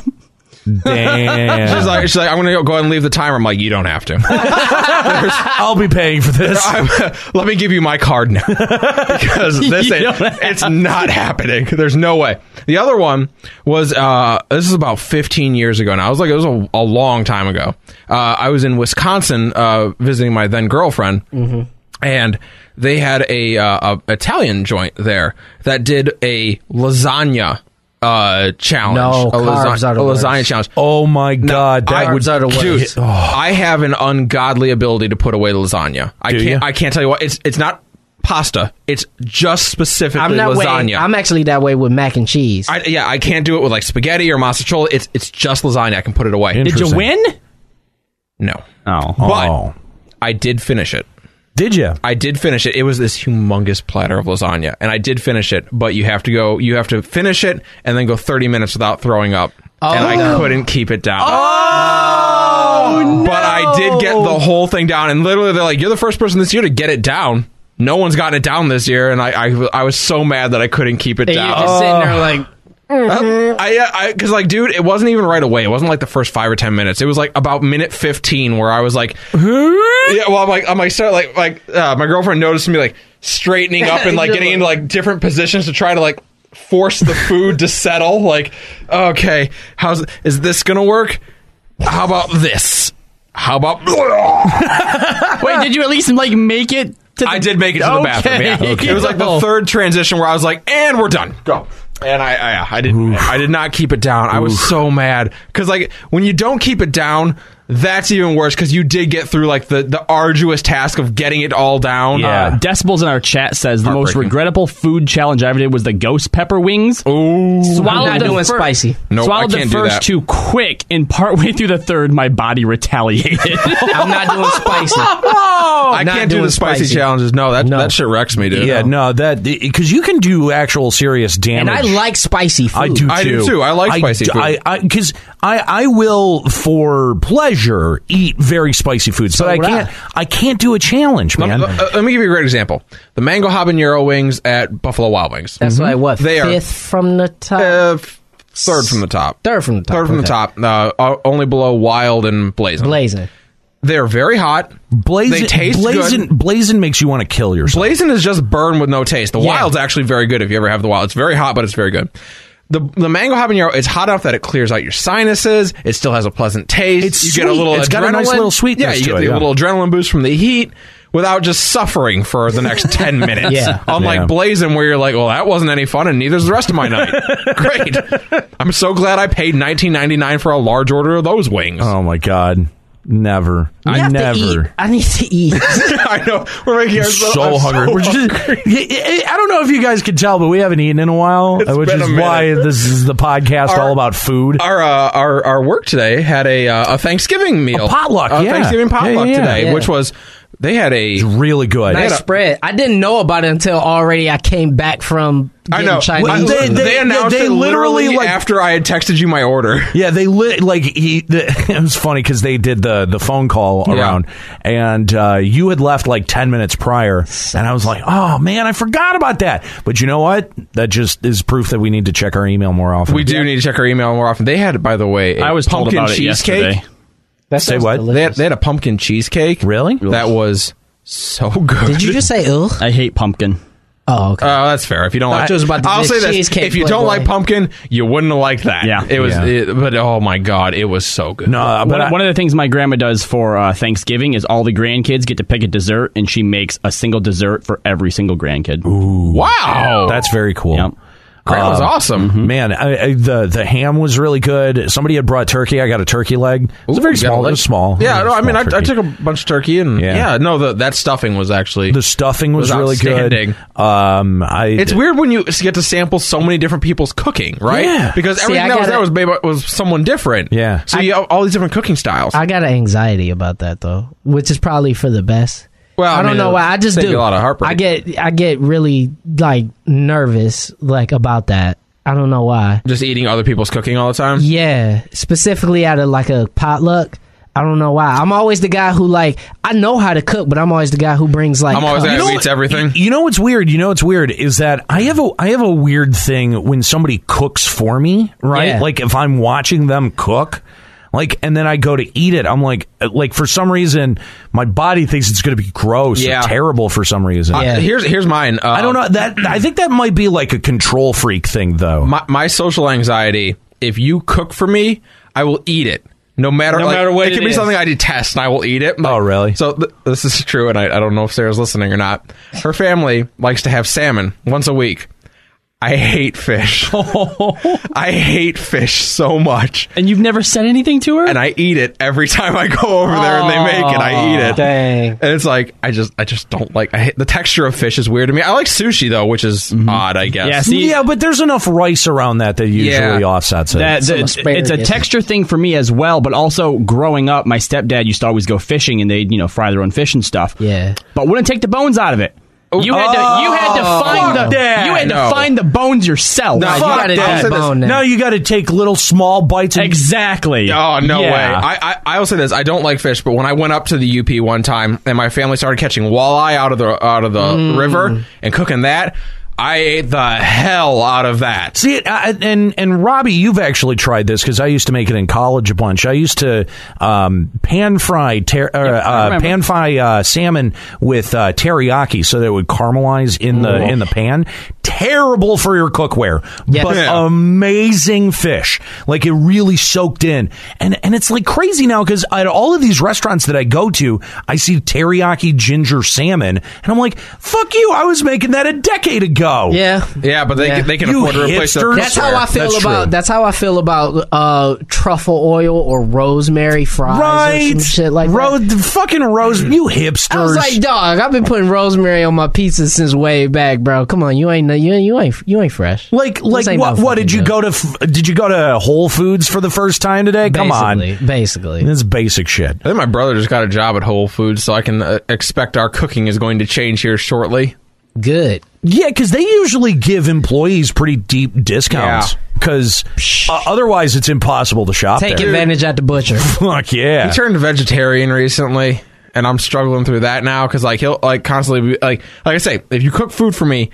She's Damn. like, she's like, I'm gonna go- go ahead and leave the timer. I'm like, you don't have to. I'll be paying for this. I'm- let me give you my card now because this You ain't, don't have- it's not happening. There's no way. The other one was uh, this is about 15 years ago now. I was like, it was a, a long time ago. Uh, I was in Wisconsin uh, visiting my then girlfriend, Mm-hmm. and they had a, uh, a Italian joint there that did a lasagna uh, challenge. No, a, carbs lasa- are the a worst. lasagna challenge. Oh my god, that I would would, out of dude. waste. Oh. I have an ungodly ability to put away lasagna. I Do can't. ya? I can't tell you what. It's it's not pasta. It's just specifically I'm not lasagna. Way, I'm actually that way with mac and cheese. I, yeah, I can't do it with like spaghetti or mozzarella. It's it's just lasagna. I can put it away. Did Did you Interesting. win? No, Oh. but Oh. I did finish it. Did you? I did finish it. It was this humongous platter of lasagna, and I did finish it. But you have to go. You have to finish it and then go 30 minutes without throwing up. and I no. couldn't keep it down. But I did get the whole thing down, and literally they're like, "You're the first person this year to get it down. No one's gotten it down this year." And I, I, I was so mad that I couldn't keep it and you're down. just sitting Oh. there like, I, I, because like, dude, it wasn't even right away. It wasn't like the first five or ten minutes. It was like about minute fifteen where I was like, yeah. Well, I'm like, I'm like, start like, like uh, my girlfriend noticed me like straightening up and like You're getting into like- like different positions to try to like force the food to settle. Like, okay, how's is this gonna work? How about this? How about? Wait, did you at least like make it? To the- I did make it to the bathroom. Yeah. Okay. It was like the Oh. third transition where I was like, "And we're done, go." And I, I, I didn't, I did not keep it down. I was so mad because, like, when you don't keep it down, that's even worse because you did get through like the the arduous task of getting it all down. Uh, Decibels in our chat says the most Heartbreaking. regrettable food challenge I ever did was the ghost pepper wings. Ooh, swallowed I'm not the doing fir- spicy. Nope, swallowed I can't the do first that. two quick, and partway through the third, my body retaliated. I'm not doing spicy. I Uh, Not can't do doing the spicy, spicy. challenges. No, that No. that shit wrecks me, dude. Yeah, no, that because you can do actual serious damage. and I like spicy food. I do. Too. I do too. I like spicy food. I because I, I will for pleasure eat very spicy foods, but I would I. can't. I. can't do a challenge, man. Let- uh, let me give you a great example: the mango habanero wings at Buffalo Wild Wings. That's why what Mm-hmm. They are- fifth from the top. Uh, f- third from the top. Third from the top, Third from the okay. top. Uh, o- only below Wild and Blazing. blazing. They're very hot. blazing, they taste blazing, good. blazing makes you want to kill yourself. Blazing is just burn with no taste. The wild's actually very good if you ever have the wild. It's very hot, but it's very good. The, the mango habanero is hot enough that it clears out your sinuses. It still has a pleasant taste. It's you get a sweet. little It's adrenaline. got a nice little sweetness Yeah, you to get it, the yeah. little adrenaline boost from the heat without just suffering for the next ten minutes. Yeah. Unlike Yeah. blazing, where you're like, well, that wasn't any fun, and neither's the rest of my night. Great. I'm so glad I paid 19.99 for a large order of those wings. oh my god, never. I I have never. To eat. I need to eat. I know we're making I'm ourselves so I'm hungry. We're just, I I- I don't know if you guys can tell, but we haven't eaten in a while, which been is a minute. why this is the podcast all about food. our uh, our our work today had a uh, a Thanksgiving meal, A potluck, yeah. Thanksgiving Yeah, potluck yeah, yeah. today, Yeah. which was they had a it's really good. I spread. I didn't know about it until already I came back from I getting know Chinese. I- They- they, food. they- announced they it literally, literally, like- after I had texted you my order. Yeah, they lit like he. The, it was funny because they did the the phone call Yeah. around, and uh, you had left like ten minutes prior, and I was like, "Oh man, I forgot about that." But you know what? That just is proof that we need to check our email more often. We do need to check our email more often. They had, by the way, a I was told pumpkin about it cheesecake. yesterday. that say sounds what? They had, delicious. they had a pumpkin cheesecake. Really? That was so good. Did you just say ugh? I hate pumpkin. Oh, okay. Oh, that's fair. If you don't like, it was about the I'll say this: cheesecake, if you don't Playboy. like pumpkin, you wouldn't have liked that. Yeah. it was. Yeah. It, but oh my god, it was so good. No, uh, but one, I, one of the things my grandma does for uh, Thanksgiving is all the grandkids get to pick a dessert, and she makes a single dessert for every single grandkid. wow, that's very cool. Yep. Mm-hmm. that was awesome. Mm-hmm. Man, I, I, the the ham was really good. Somebody had brought turkey. I got a turkey leg. It was Ooh, very you got small. a It leg- was small. Yeah, It no, was I mean, I, small I turkey. took a bunch of turkey and Yeah. yeah, no, the, that stuffing was actually. the stuffing was, was really good. outstanding. Um, I it's weird when you s- get to sample so many different people's cooking, right? Yeah. Because everything I that was gotta- there was made by- was someone different. Yeah. So you have all these different cooking styles. I got an anxiety about that though, which is probably for the best. Well, I I, don't mean, know why. I just save do you a lot of heartbreak. I get I get really like nervous like about that. I don't know why. Just eating other people's cooking all the time. Yeah, specifically out of like a potluck. I don't know why. I'm always the guy who like I know how to cook, but I'm always the guy who brings like I'm always cups. the guy who know eats what- everything. You know what's weird? You know what's weird is that I have a I have a weird thing when somebody cooks for me, right? Yeah. Like if I'm watching them cook, like and then I go to eat it, I'm like uh, like for some reason my body thinks it's going to be gross Yeah. or terrible for some reason. Yeah. Here's here's mine. Uh, I don't know that I think that might be like a control freak thing though. My, my social anxiety. If you cook for me, I will eat it. No matter No like, matter what it, it can be is. something I detest, and I will eat it. Like, Oh, really? So th- this is true, and I, I don't know if Sarah's listening or not. Her family likes to have salmon once a week. I hate fish. I hate fish so much, And you've never said anything to her? and I eat it every time I go over there and they make it. I eat it. Dang. And it's like I just I just don't like I hate, the texture of fish is weird to me. I like sushi though, which is odd, I guess. Yeah, see- yeah, but there's enough rice around that that usually Yeah. offsets it. that, Some that- it's a asparagus. texture thing for me as well, but also growing up, my stepdad used to always go fishing and they'd, you know, fry their own fish and stuff. Yeah. But wouldn't take the bones out of it. You had to you had to find fuck the that. you had to No. find the bones yourself. Nah, you fuck gotta that. dip bone now. now you got to take little small bites. And Exactly. Oh no Yeah. way! I, I I will say this: I don't like fish, but when I went up to the UP one time and my family started catching walleye out of the out of the Mm. river and cooking that, I ate the hell out of that. See, I, I- and and Robbie, you've actually tried this because I used to make it in college a bunch. I used to um, pan fry ter- uh, uh, remember. pan fry uh, salmon with uh, teriyaki, so that it would caramelize in the in the pan. Terrible for your cookware, Yes. but Yeah. amazing fish. Like it really soaked in, and and it's like crazy now because at all of these restaurants that I go to, I see teriyaki ginger salmon, and I'm like, fuck you! I was making that a decade ago. Yeah. Yeah, but they Yeah. can they can You afford to replace their hipsters. That's how I feel That's about true. that's how I feel about uh truffle oil or rosemary fries or Right. some shit like that. Ro- the Fucking rose. You hipsters. I was like, dog, I've been putting rosemary on my pizza since way back, bro. Come on, you ain't you ain't you ain't you ain't fresh. like, like ain't what? no what fucking did you joke. go to? f- Did you go to Whole Foods for the first time today? Come on, basically, basically. this is basic shit. I think my brother just got a job at Whole Foods, so I can uh, expect our cooking is going to change here shortly. Good. Yeah, because they usually give employees pretty deep discounts. Yeah. Because otherwise, it's impossible to shop Take there. advantage at the butcher. Fuck yeah. He turned vegetarian recently, and I'm struggling through that now because like he'll like constantly be, like like I say, if you cook food for me,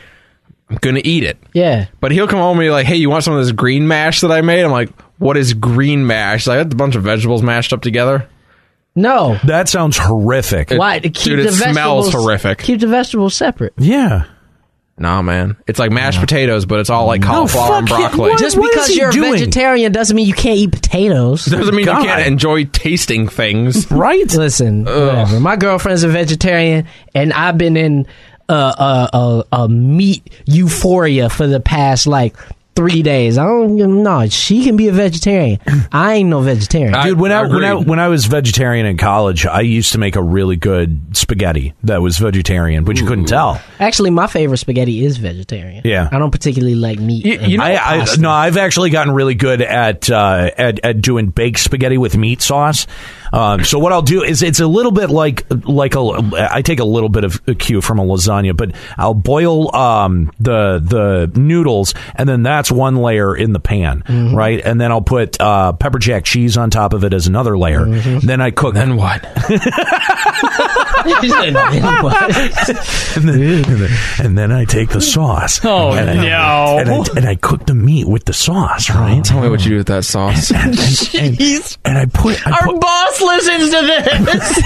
I'm gonna eat it. Yeah. But he'll come home and be like, "Hey, you want some of this green mash that I made?" I'm like, "What is green mash?" He's Like that's a bunch of vegetables mashed up together. No. that sounds horrific. Why? To dude, keep it the smells vegetables- horrific. Keep the vegetables separate. Yeah. Nah, man, it's like mashed potatoes, but it's all like cauliflower and fuck yeah. broccoli. What? Just what is because he you're doing? a vegetarian doesn't mean you can't eat potatoes. Doesn't mean God. you can't enjoy tasting things. Right. Listen, whatever. My girlfriend's a vegetarian, and I've been in a uh, uh, uh, uh, meat euphoria for the past like three days. I don't know. She can be a vegetarian. I ain't no vegetarian. I- Dude, when I, when I agreed. when I was vegetarian in college, I used to make a really good spaghetti that was vegetarian, but you couldn't tell. Actually, my favorite spaghetti is vegetarian. Yeah. I don't particularly like meat. You- you know- I, I pasta. no, I've actually gotten really good at uh, at at doing baked spaghetti with meat sauce. Um, so what I'll do is it's a little bit like like a I take a little bit of a cue from a lasagna, but I'll boil um, the the noodles and then that's one layer in the pan, Mm-hmm. right? And then I'll put uh, pepper jack cheese on top of it as another layer. Then I cook. Mm-hmm. Then what? and then, and then- and then I take the sauce. Oh, and I, no. And I, and I cook the meat with the sauce, right? Tell me what you do with that sauce. And, and, and, and I put I put, boss listens to this.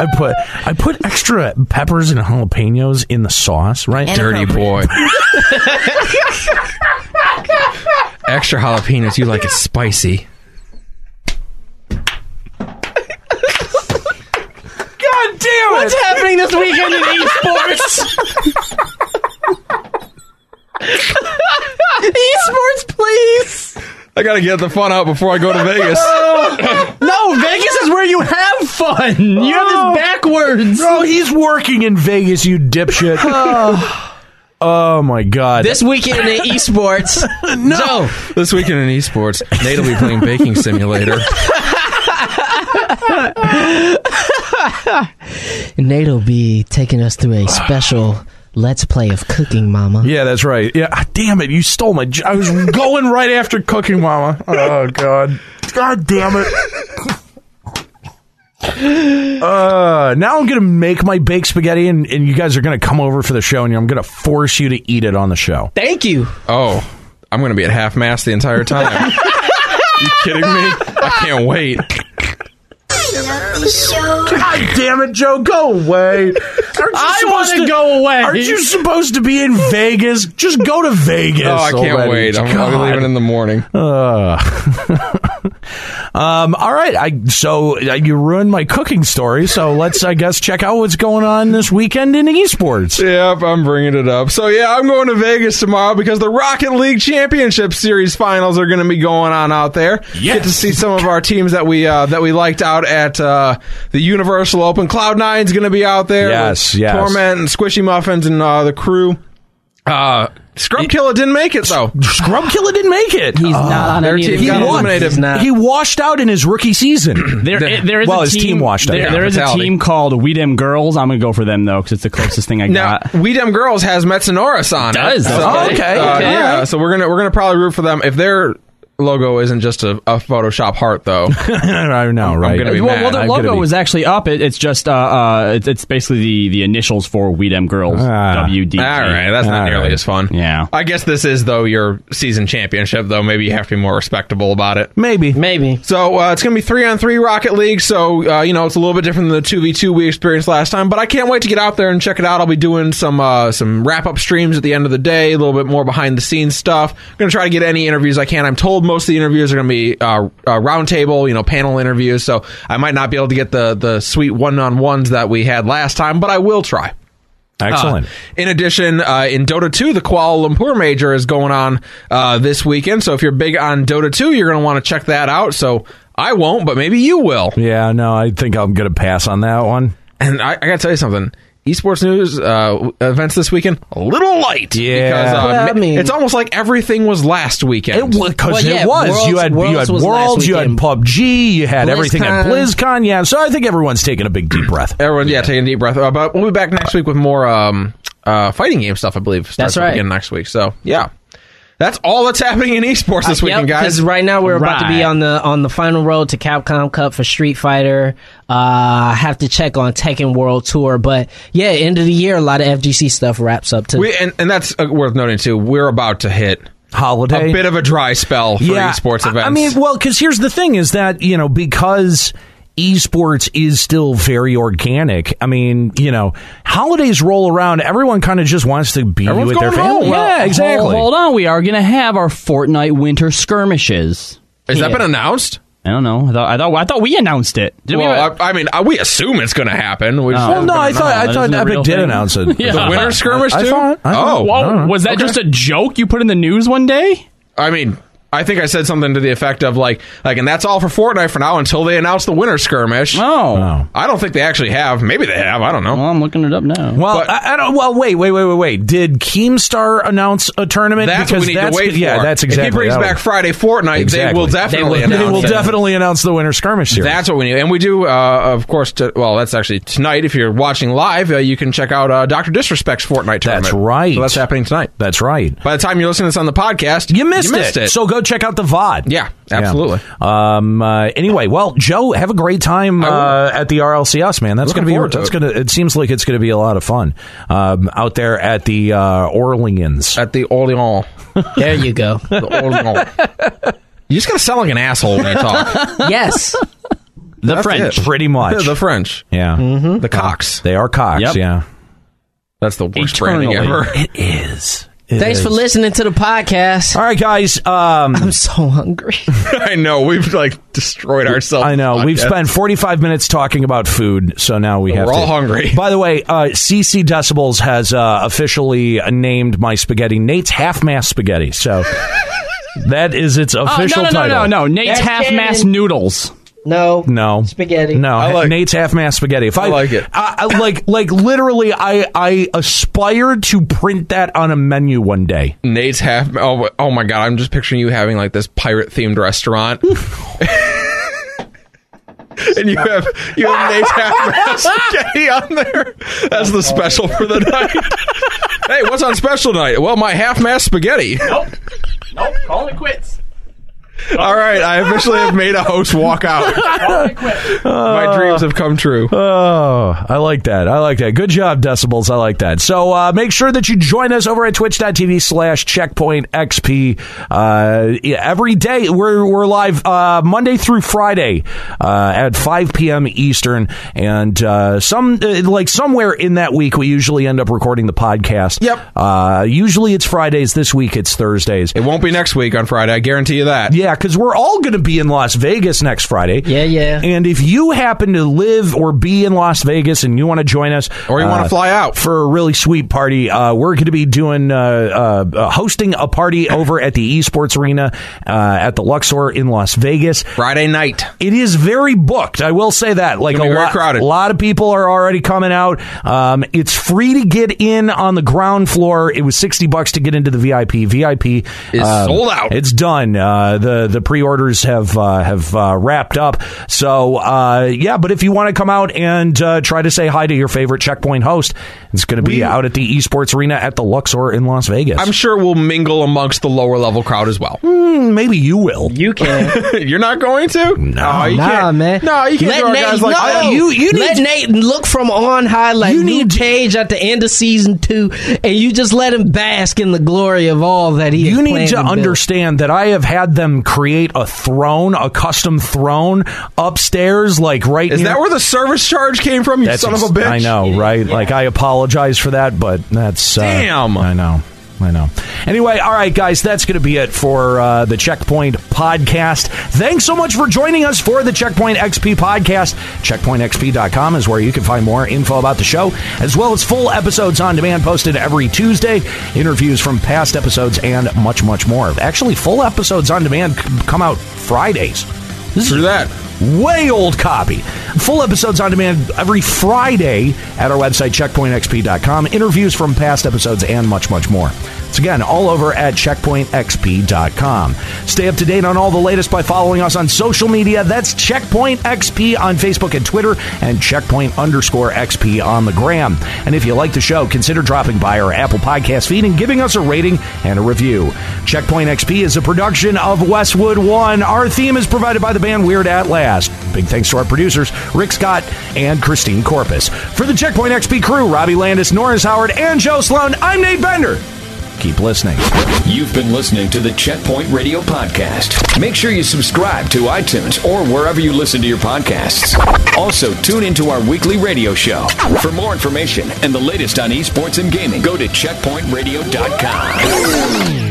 I put I put extra peppers and jalapenos in the sauce, right? Dirty boy. Extra jalapenos. You like it spicy. God damn it! What's happening this weekend in esports? esports, please. I gotta get the fun out before I go to Vegas. No, Vegas is where you have fun. You have this backwards. Bro, Oh, he's working in Vegas, you dipshit. oh my god. This weekend in esports. no. This weekend in esports, Nate will be playing Baking Simulator. Nate will be taking us through a special let's play of cooking, mama. yeah, that's right. Yeah, ah, damn it, you stole my. j- I was going right after cooking, Mama. Oh God, God damn it. Uh, now I'm gonna make my baked spaghetti, and, and you guys are gonna come over for the show, and I'm gonna force you to eat it on the show. Thank you. Oh, I'm going to be at half mast the entire time. you kidding me? I can't wait. God damn it, Joe, go away. I wanna go away. Aren't you supposed to be in Vegas? Just go to Vegas. oh, I can't already. wait. I'm, God. I'm leaving in the morning. Um, all right, I so uh, you ruined my cooking story. So let's, I guess, check out what's going on this weekend in esports. Yep, I'm bringing it up. So yeah, I'm going to Vegas tomorrow because the Rocket League Championship Series finals are going to be going on out there. Get to see some of our teams that we uh, that we liked out at uh, the Universal Open. Cloud Nine's going to be out there. Yes, with yes. Torment and Squishy Muffins and uh, the crew. Uh, Scrub Killer didn't make it though. Scrub Killer didn't make it. Uh, He's not on their any team of the got games. eliminated. He's not. He washed out in his rookie season. There, The- there is well, a his team, team washed up, There, yeah, there is a fatality. team called We Dem Girls. I'm gonna go for them though because it's the closest thing I Now, got. We Dem Girls has Metsonoris on Does, it. okay. So, Okay, uh, okay. yeah. So we're gonna we're gonna probably root for them if their logo isn't just a, a Photoshop heart though. I know, right? gonna be well, well, mad. their I'm gonna logo be- was actually up. It, it's just uh, uh, it's, it's basically the, the initials for We Dem Girls. Ah. WD. All right, that's not All nearly right. as fun. Yeah. I guess this is though your season championship though. Maybe you have to be more respectable about it. Maybe. Maybe. So uh, it's going to be three on three Rocket League. So uh, you know it's a little bit different than the two v two we experienced last time. But I can't wait to get out there and check it out. I'll be doing some uh, some wrap up streams at the end of the day, a little bit more behind the scenes stuff. I'm going to try to get any interviews I can. I'm told most of the interviews are going to be uh, uh, round table, you know, panel interviews. So I might not be able to get the the sweet one on ones that we had last time, but I will try. Excellent. In addition, uh, in Dota 2, the Kuala Lumpur Major is going on uh, this weekend. So if you're big on Dota 2, you're going to want to check that out. So I won't, but maybe you will. yeah, no, I think I'm gonna pass on that one. And I, I got to tell you something. Esports news uh, w- events this weekend a little light. Yeah. because uh, Well, I ma- mean- it's almost like everything was last weekend. It because Well, yeah, it was Worlds- you had you Worlds had was last Worlds, you had weekend. PUBG, you had everything at BlizzCon. BlizzCon. Yeah, so I think everyone's taking a big deep breath. Everyone, yeah, taking a deep breath. Uh, but we'll be back next week with more um, uh, fighting game stuff. I believe starts That's up right. again next week. So yeah, that's all that's happening in esports this Uh, weekend, yep, 'cause guys. Right now we're about to be Right. on the on the final road to Capcom Cup for Street Fighter. Uh, I have to check on Tekken World Tour, but yeah, end of the year, a lot of FGC stuff wraps up too. We, and, and that's uh, worth noting too. We're about to hit Holiday, a bit of a dry spell for esports I- events. I mean, well, because here's the thing: is that you know because esports is still very organic. I mean, you know, holidays roll around, everyone kind of just wants to be Everyone's with their going home. family. Well, yeah, exactly. Hold, hold on, we are gonna have our Fortnite winter skirmishes. has that been announced? I don't know. I thought I thought, I thought we announced it. Did we? well, I, I mean, I, we assume it's going to happen. We just- Well, no, I thought I That thought isn't a Epic real did thing. announce it. Yeah. the winter skirmish I too. thought- I thought- oh, Whoa, was that Okay. just a joke you put in the news one day? I mean, I think I said something to the effect of like, like, and that's all for Fortnite for now until they announce the winter skirmish. Oh. Oh. I don't think they actually have. Maybe they have. I don't know. Well, I'm looking it up now. Well, But- I, I don't. Well, wait, wait, wait, wait, wait. Did Keemstar announce a tournament? That's because what we need that's, to wait for. Yeah, that's exactly. If he brings that back one. Friday Fortnite, they Exactly. will definitely They will announce it. definitely announce the winter skirmish series. That's what we need. And we do, uh, of course, to, well, that's actually tonight. If you're watching live, uh, you can check out uh, Dr. Disrespect's Fortnite tournament. That's right. So that's happening tonight. that's right. By the time you listen to this on the podcast, You missed, it. So, So go check out the VOD. Yeah, absolutely. Yeah. Um, uh, anyway, well, Joe, have a great time will. uh, at the RLCS, man. That's Looking going to be forward to that's it. going to. It seems like it's going to be a lot of fun um, out there at the uh, Orleans. at the Orleans. there you go. The Orleans. you just got to sound like an asshole when you talk. yes, the French. it. Pretty much. the Mm-hmm. French. yeah. The Cox. They are cocks. Yep. Yeah. That's the worst branding Eternally. ever. It is. It thanks for is. listening to the podcast. All right, guys. Um, I'm so hungry. I know. We've, like, destroyed ourselves. I know. with We've podcasts. spent 45 minutes talking about food, so now we We're have to. all hungry. By the way, uh, CC Decibels has uh, officially named my spaghetti Nate's Half Mass Spaghetti. So that is its Oh, no, official no, no, title. no, no. Nate's That's half mass canon. noodles. No, No spaghetti. No, I like- Nate's half mass spaghetti. If I, like it. I, I- like like literally, I I aspire to print that on a menu one day. Nate's half. Oh, oh my god! I'm just picturing you having like this pirate themed restaurant, and you have you have Nate's half mass spaghetti on there. That's the special for the night. hey, what's on special night? Well, my half mass spaghetti. Nope. Nope. Call it quits. All right, I officially have made a host walk out. My dreams have come true. Oh, I like that. I like that. Good job, Decibels. I like that. So uh, make sure that you join us over at twitch.tv slash checkpoint XP. Uh, yeah, every day, we're, we're live uh, Monday through Friday uh, at 5 p.m. Eastern. And uh, some uh, like somewhere in that week, we usually end up recording the podcast. Yep. Uh, usually it's Fridays. This week it's Thursdays. It won't be next week on Friday. I guarantee you that. Yeah, because we're all going to be in Las Vegas next Friday. Yeah, yeah. And if you happen to live or be in Las Vegas and you want to join us, uh, Or you wanna fly out. for a really sweet party, uh, we're going to be doing uh, uh, uh, hosting a party over at the Esports Arena uh, at the Luxor in Las Vegas. Friday night. It is very booked. I will say that. Like a gonna be very lot, crowded. lot of people are already coming out. Um, it's free to get in on the ground floor. It was sixty bucks to get into the VIP. VIP Is sold out. um, It's done. Uh, the the pre-orders have uh, have uh, wrapped up. So uh, yeah, but if you want to come out and uh, try to say hi to your favorite checkpoint host, it's going to be out at the Esports Arena at the Luxor in Las Vegas. I'm sure we'll mingle amongst the lower level crowd as well. Maybe you will. You can. You're not going to? No, you nah, can't. man. No, you can't Let throw Nate, guys like no, that. You, you need let Nate look from on high like You you need- need Cage at the end of season two, and you just let him bask in the glory of all that he. You had need planned to and built. understand that I have had them create a throne, a custom throne upstairs, like right. Is near- that where the service charge came from, you That's son ex- of a bitch? I know, right? Like I apologize for that, but that's uh, Damn. I know. I know. Anyway, all right, guys, that's going to be it for uh, the Checkpoint podcast. Thanks so much for joining us for the Checkpoint XP podcast. CheckpointXP.com is where you can find more info about the show, as well as full episodes on demand posted every Tuesday, interviews from past episodes, and much, much more. Actually, full episodes on demand c- come out Fridays. This is Through that. way old copy. Full episodes on demand every Friday at our website, checkpointxp.com. Interviews from past episodes and much, much more. It's again all over at checkpointxp.com. Stay up to date on all the latest by following us on social media. That's Checkpoint XP on Facebook and Twitter, and Checkpoint underscore XP on the gram. And if you like the show, consider dropping by our Apple Podcast feed and giving us a rating and a review. Checkpoint XP is a production of Westwood One. Our theme is provided by the band Weird At Last. Big thanks to our producers, Rick Scott and Christine Corpus. For the Checkpoint XP crew, Robbie Landis, Norris Howard, and Joe Sloan, I'm Nate Bender. Keep listening. You've been listening to the Checkpoint Radio Podcast. Make sure you subscribe to iTunes or wherever you listen to your podcasts. Also, tune into our weekly radio show. For more information and the latest on esports and gaming, go to checkpointradio.com.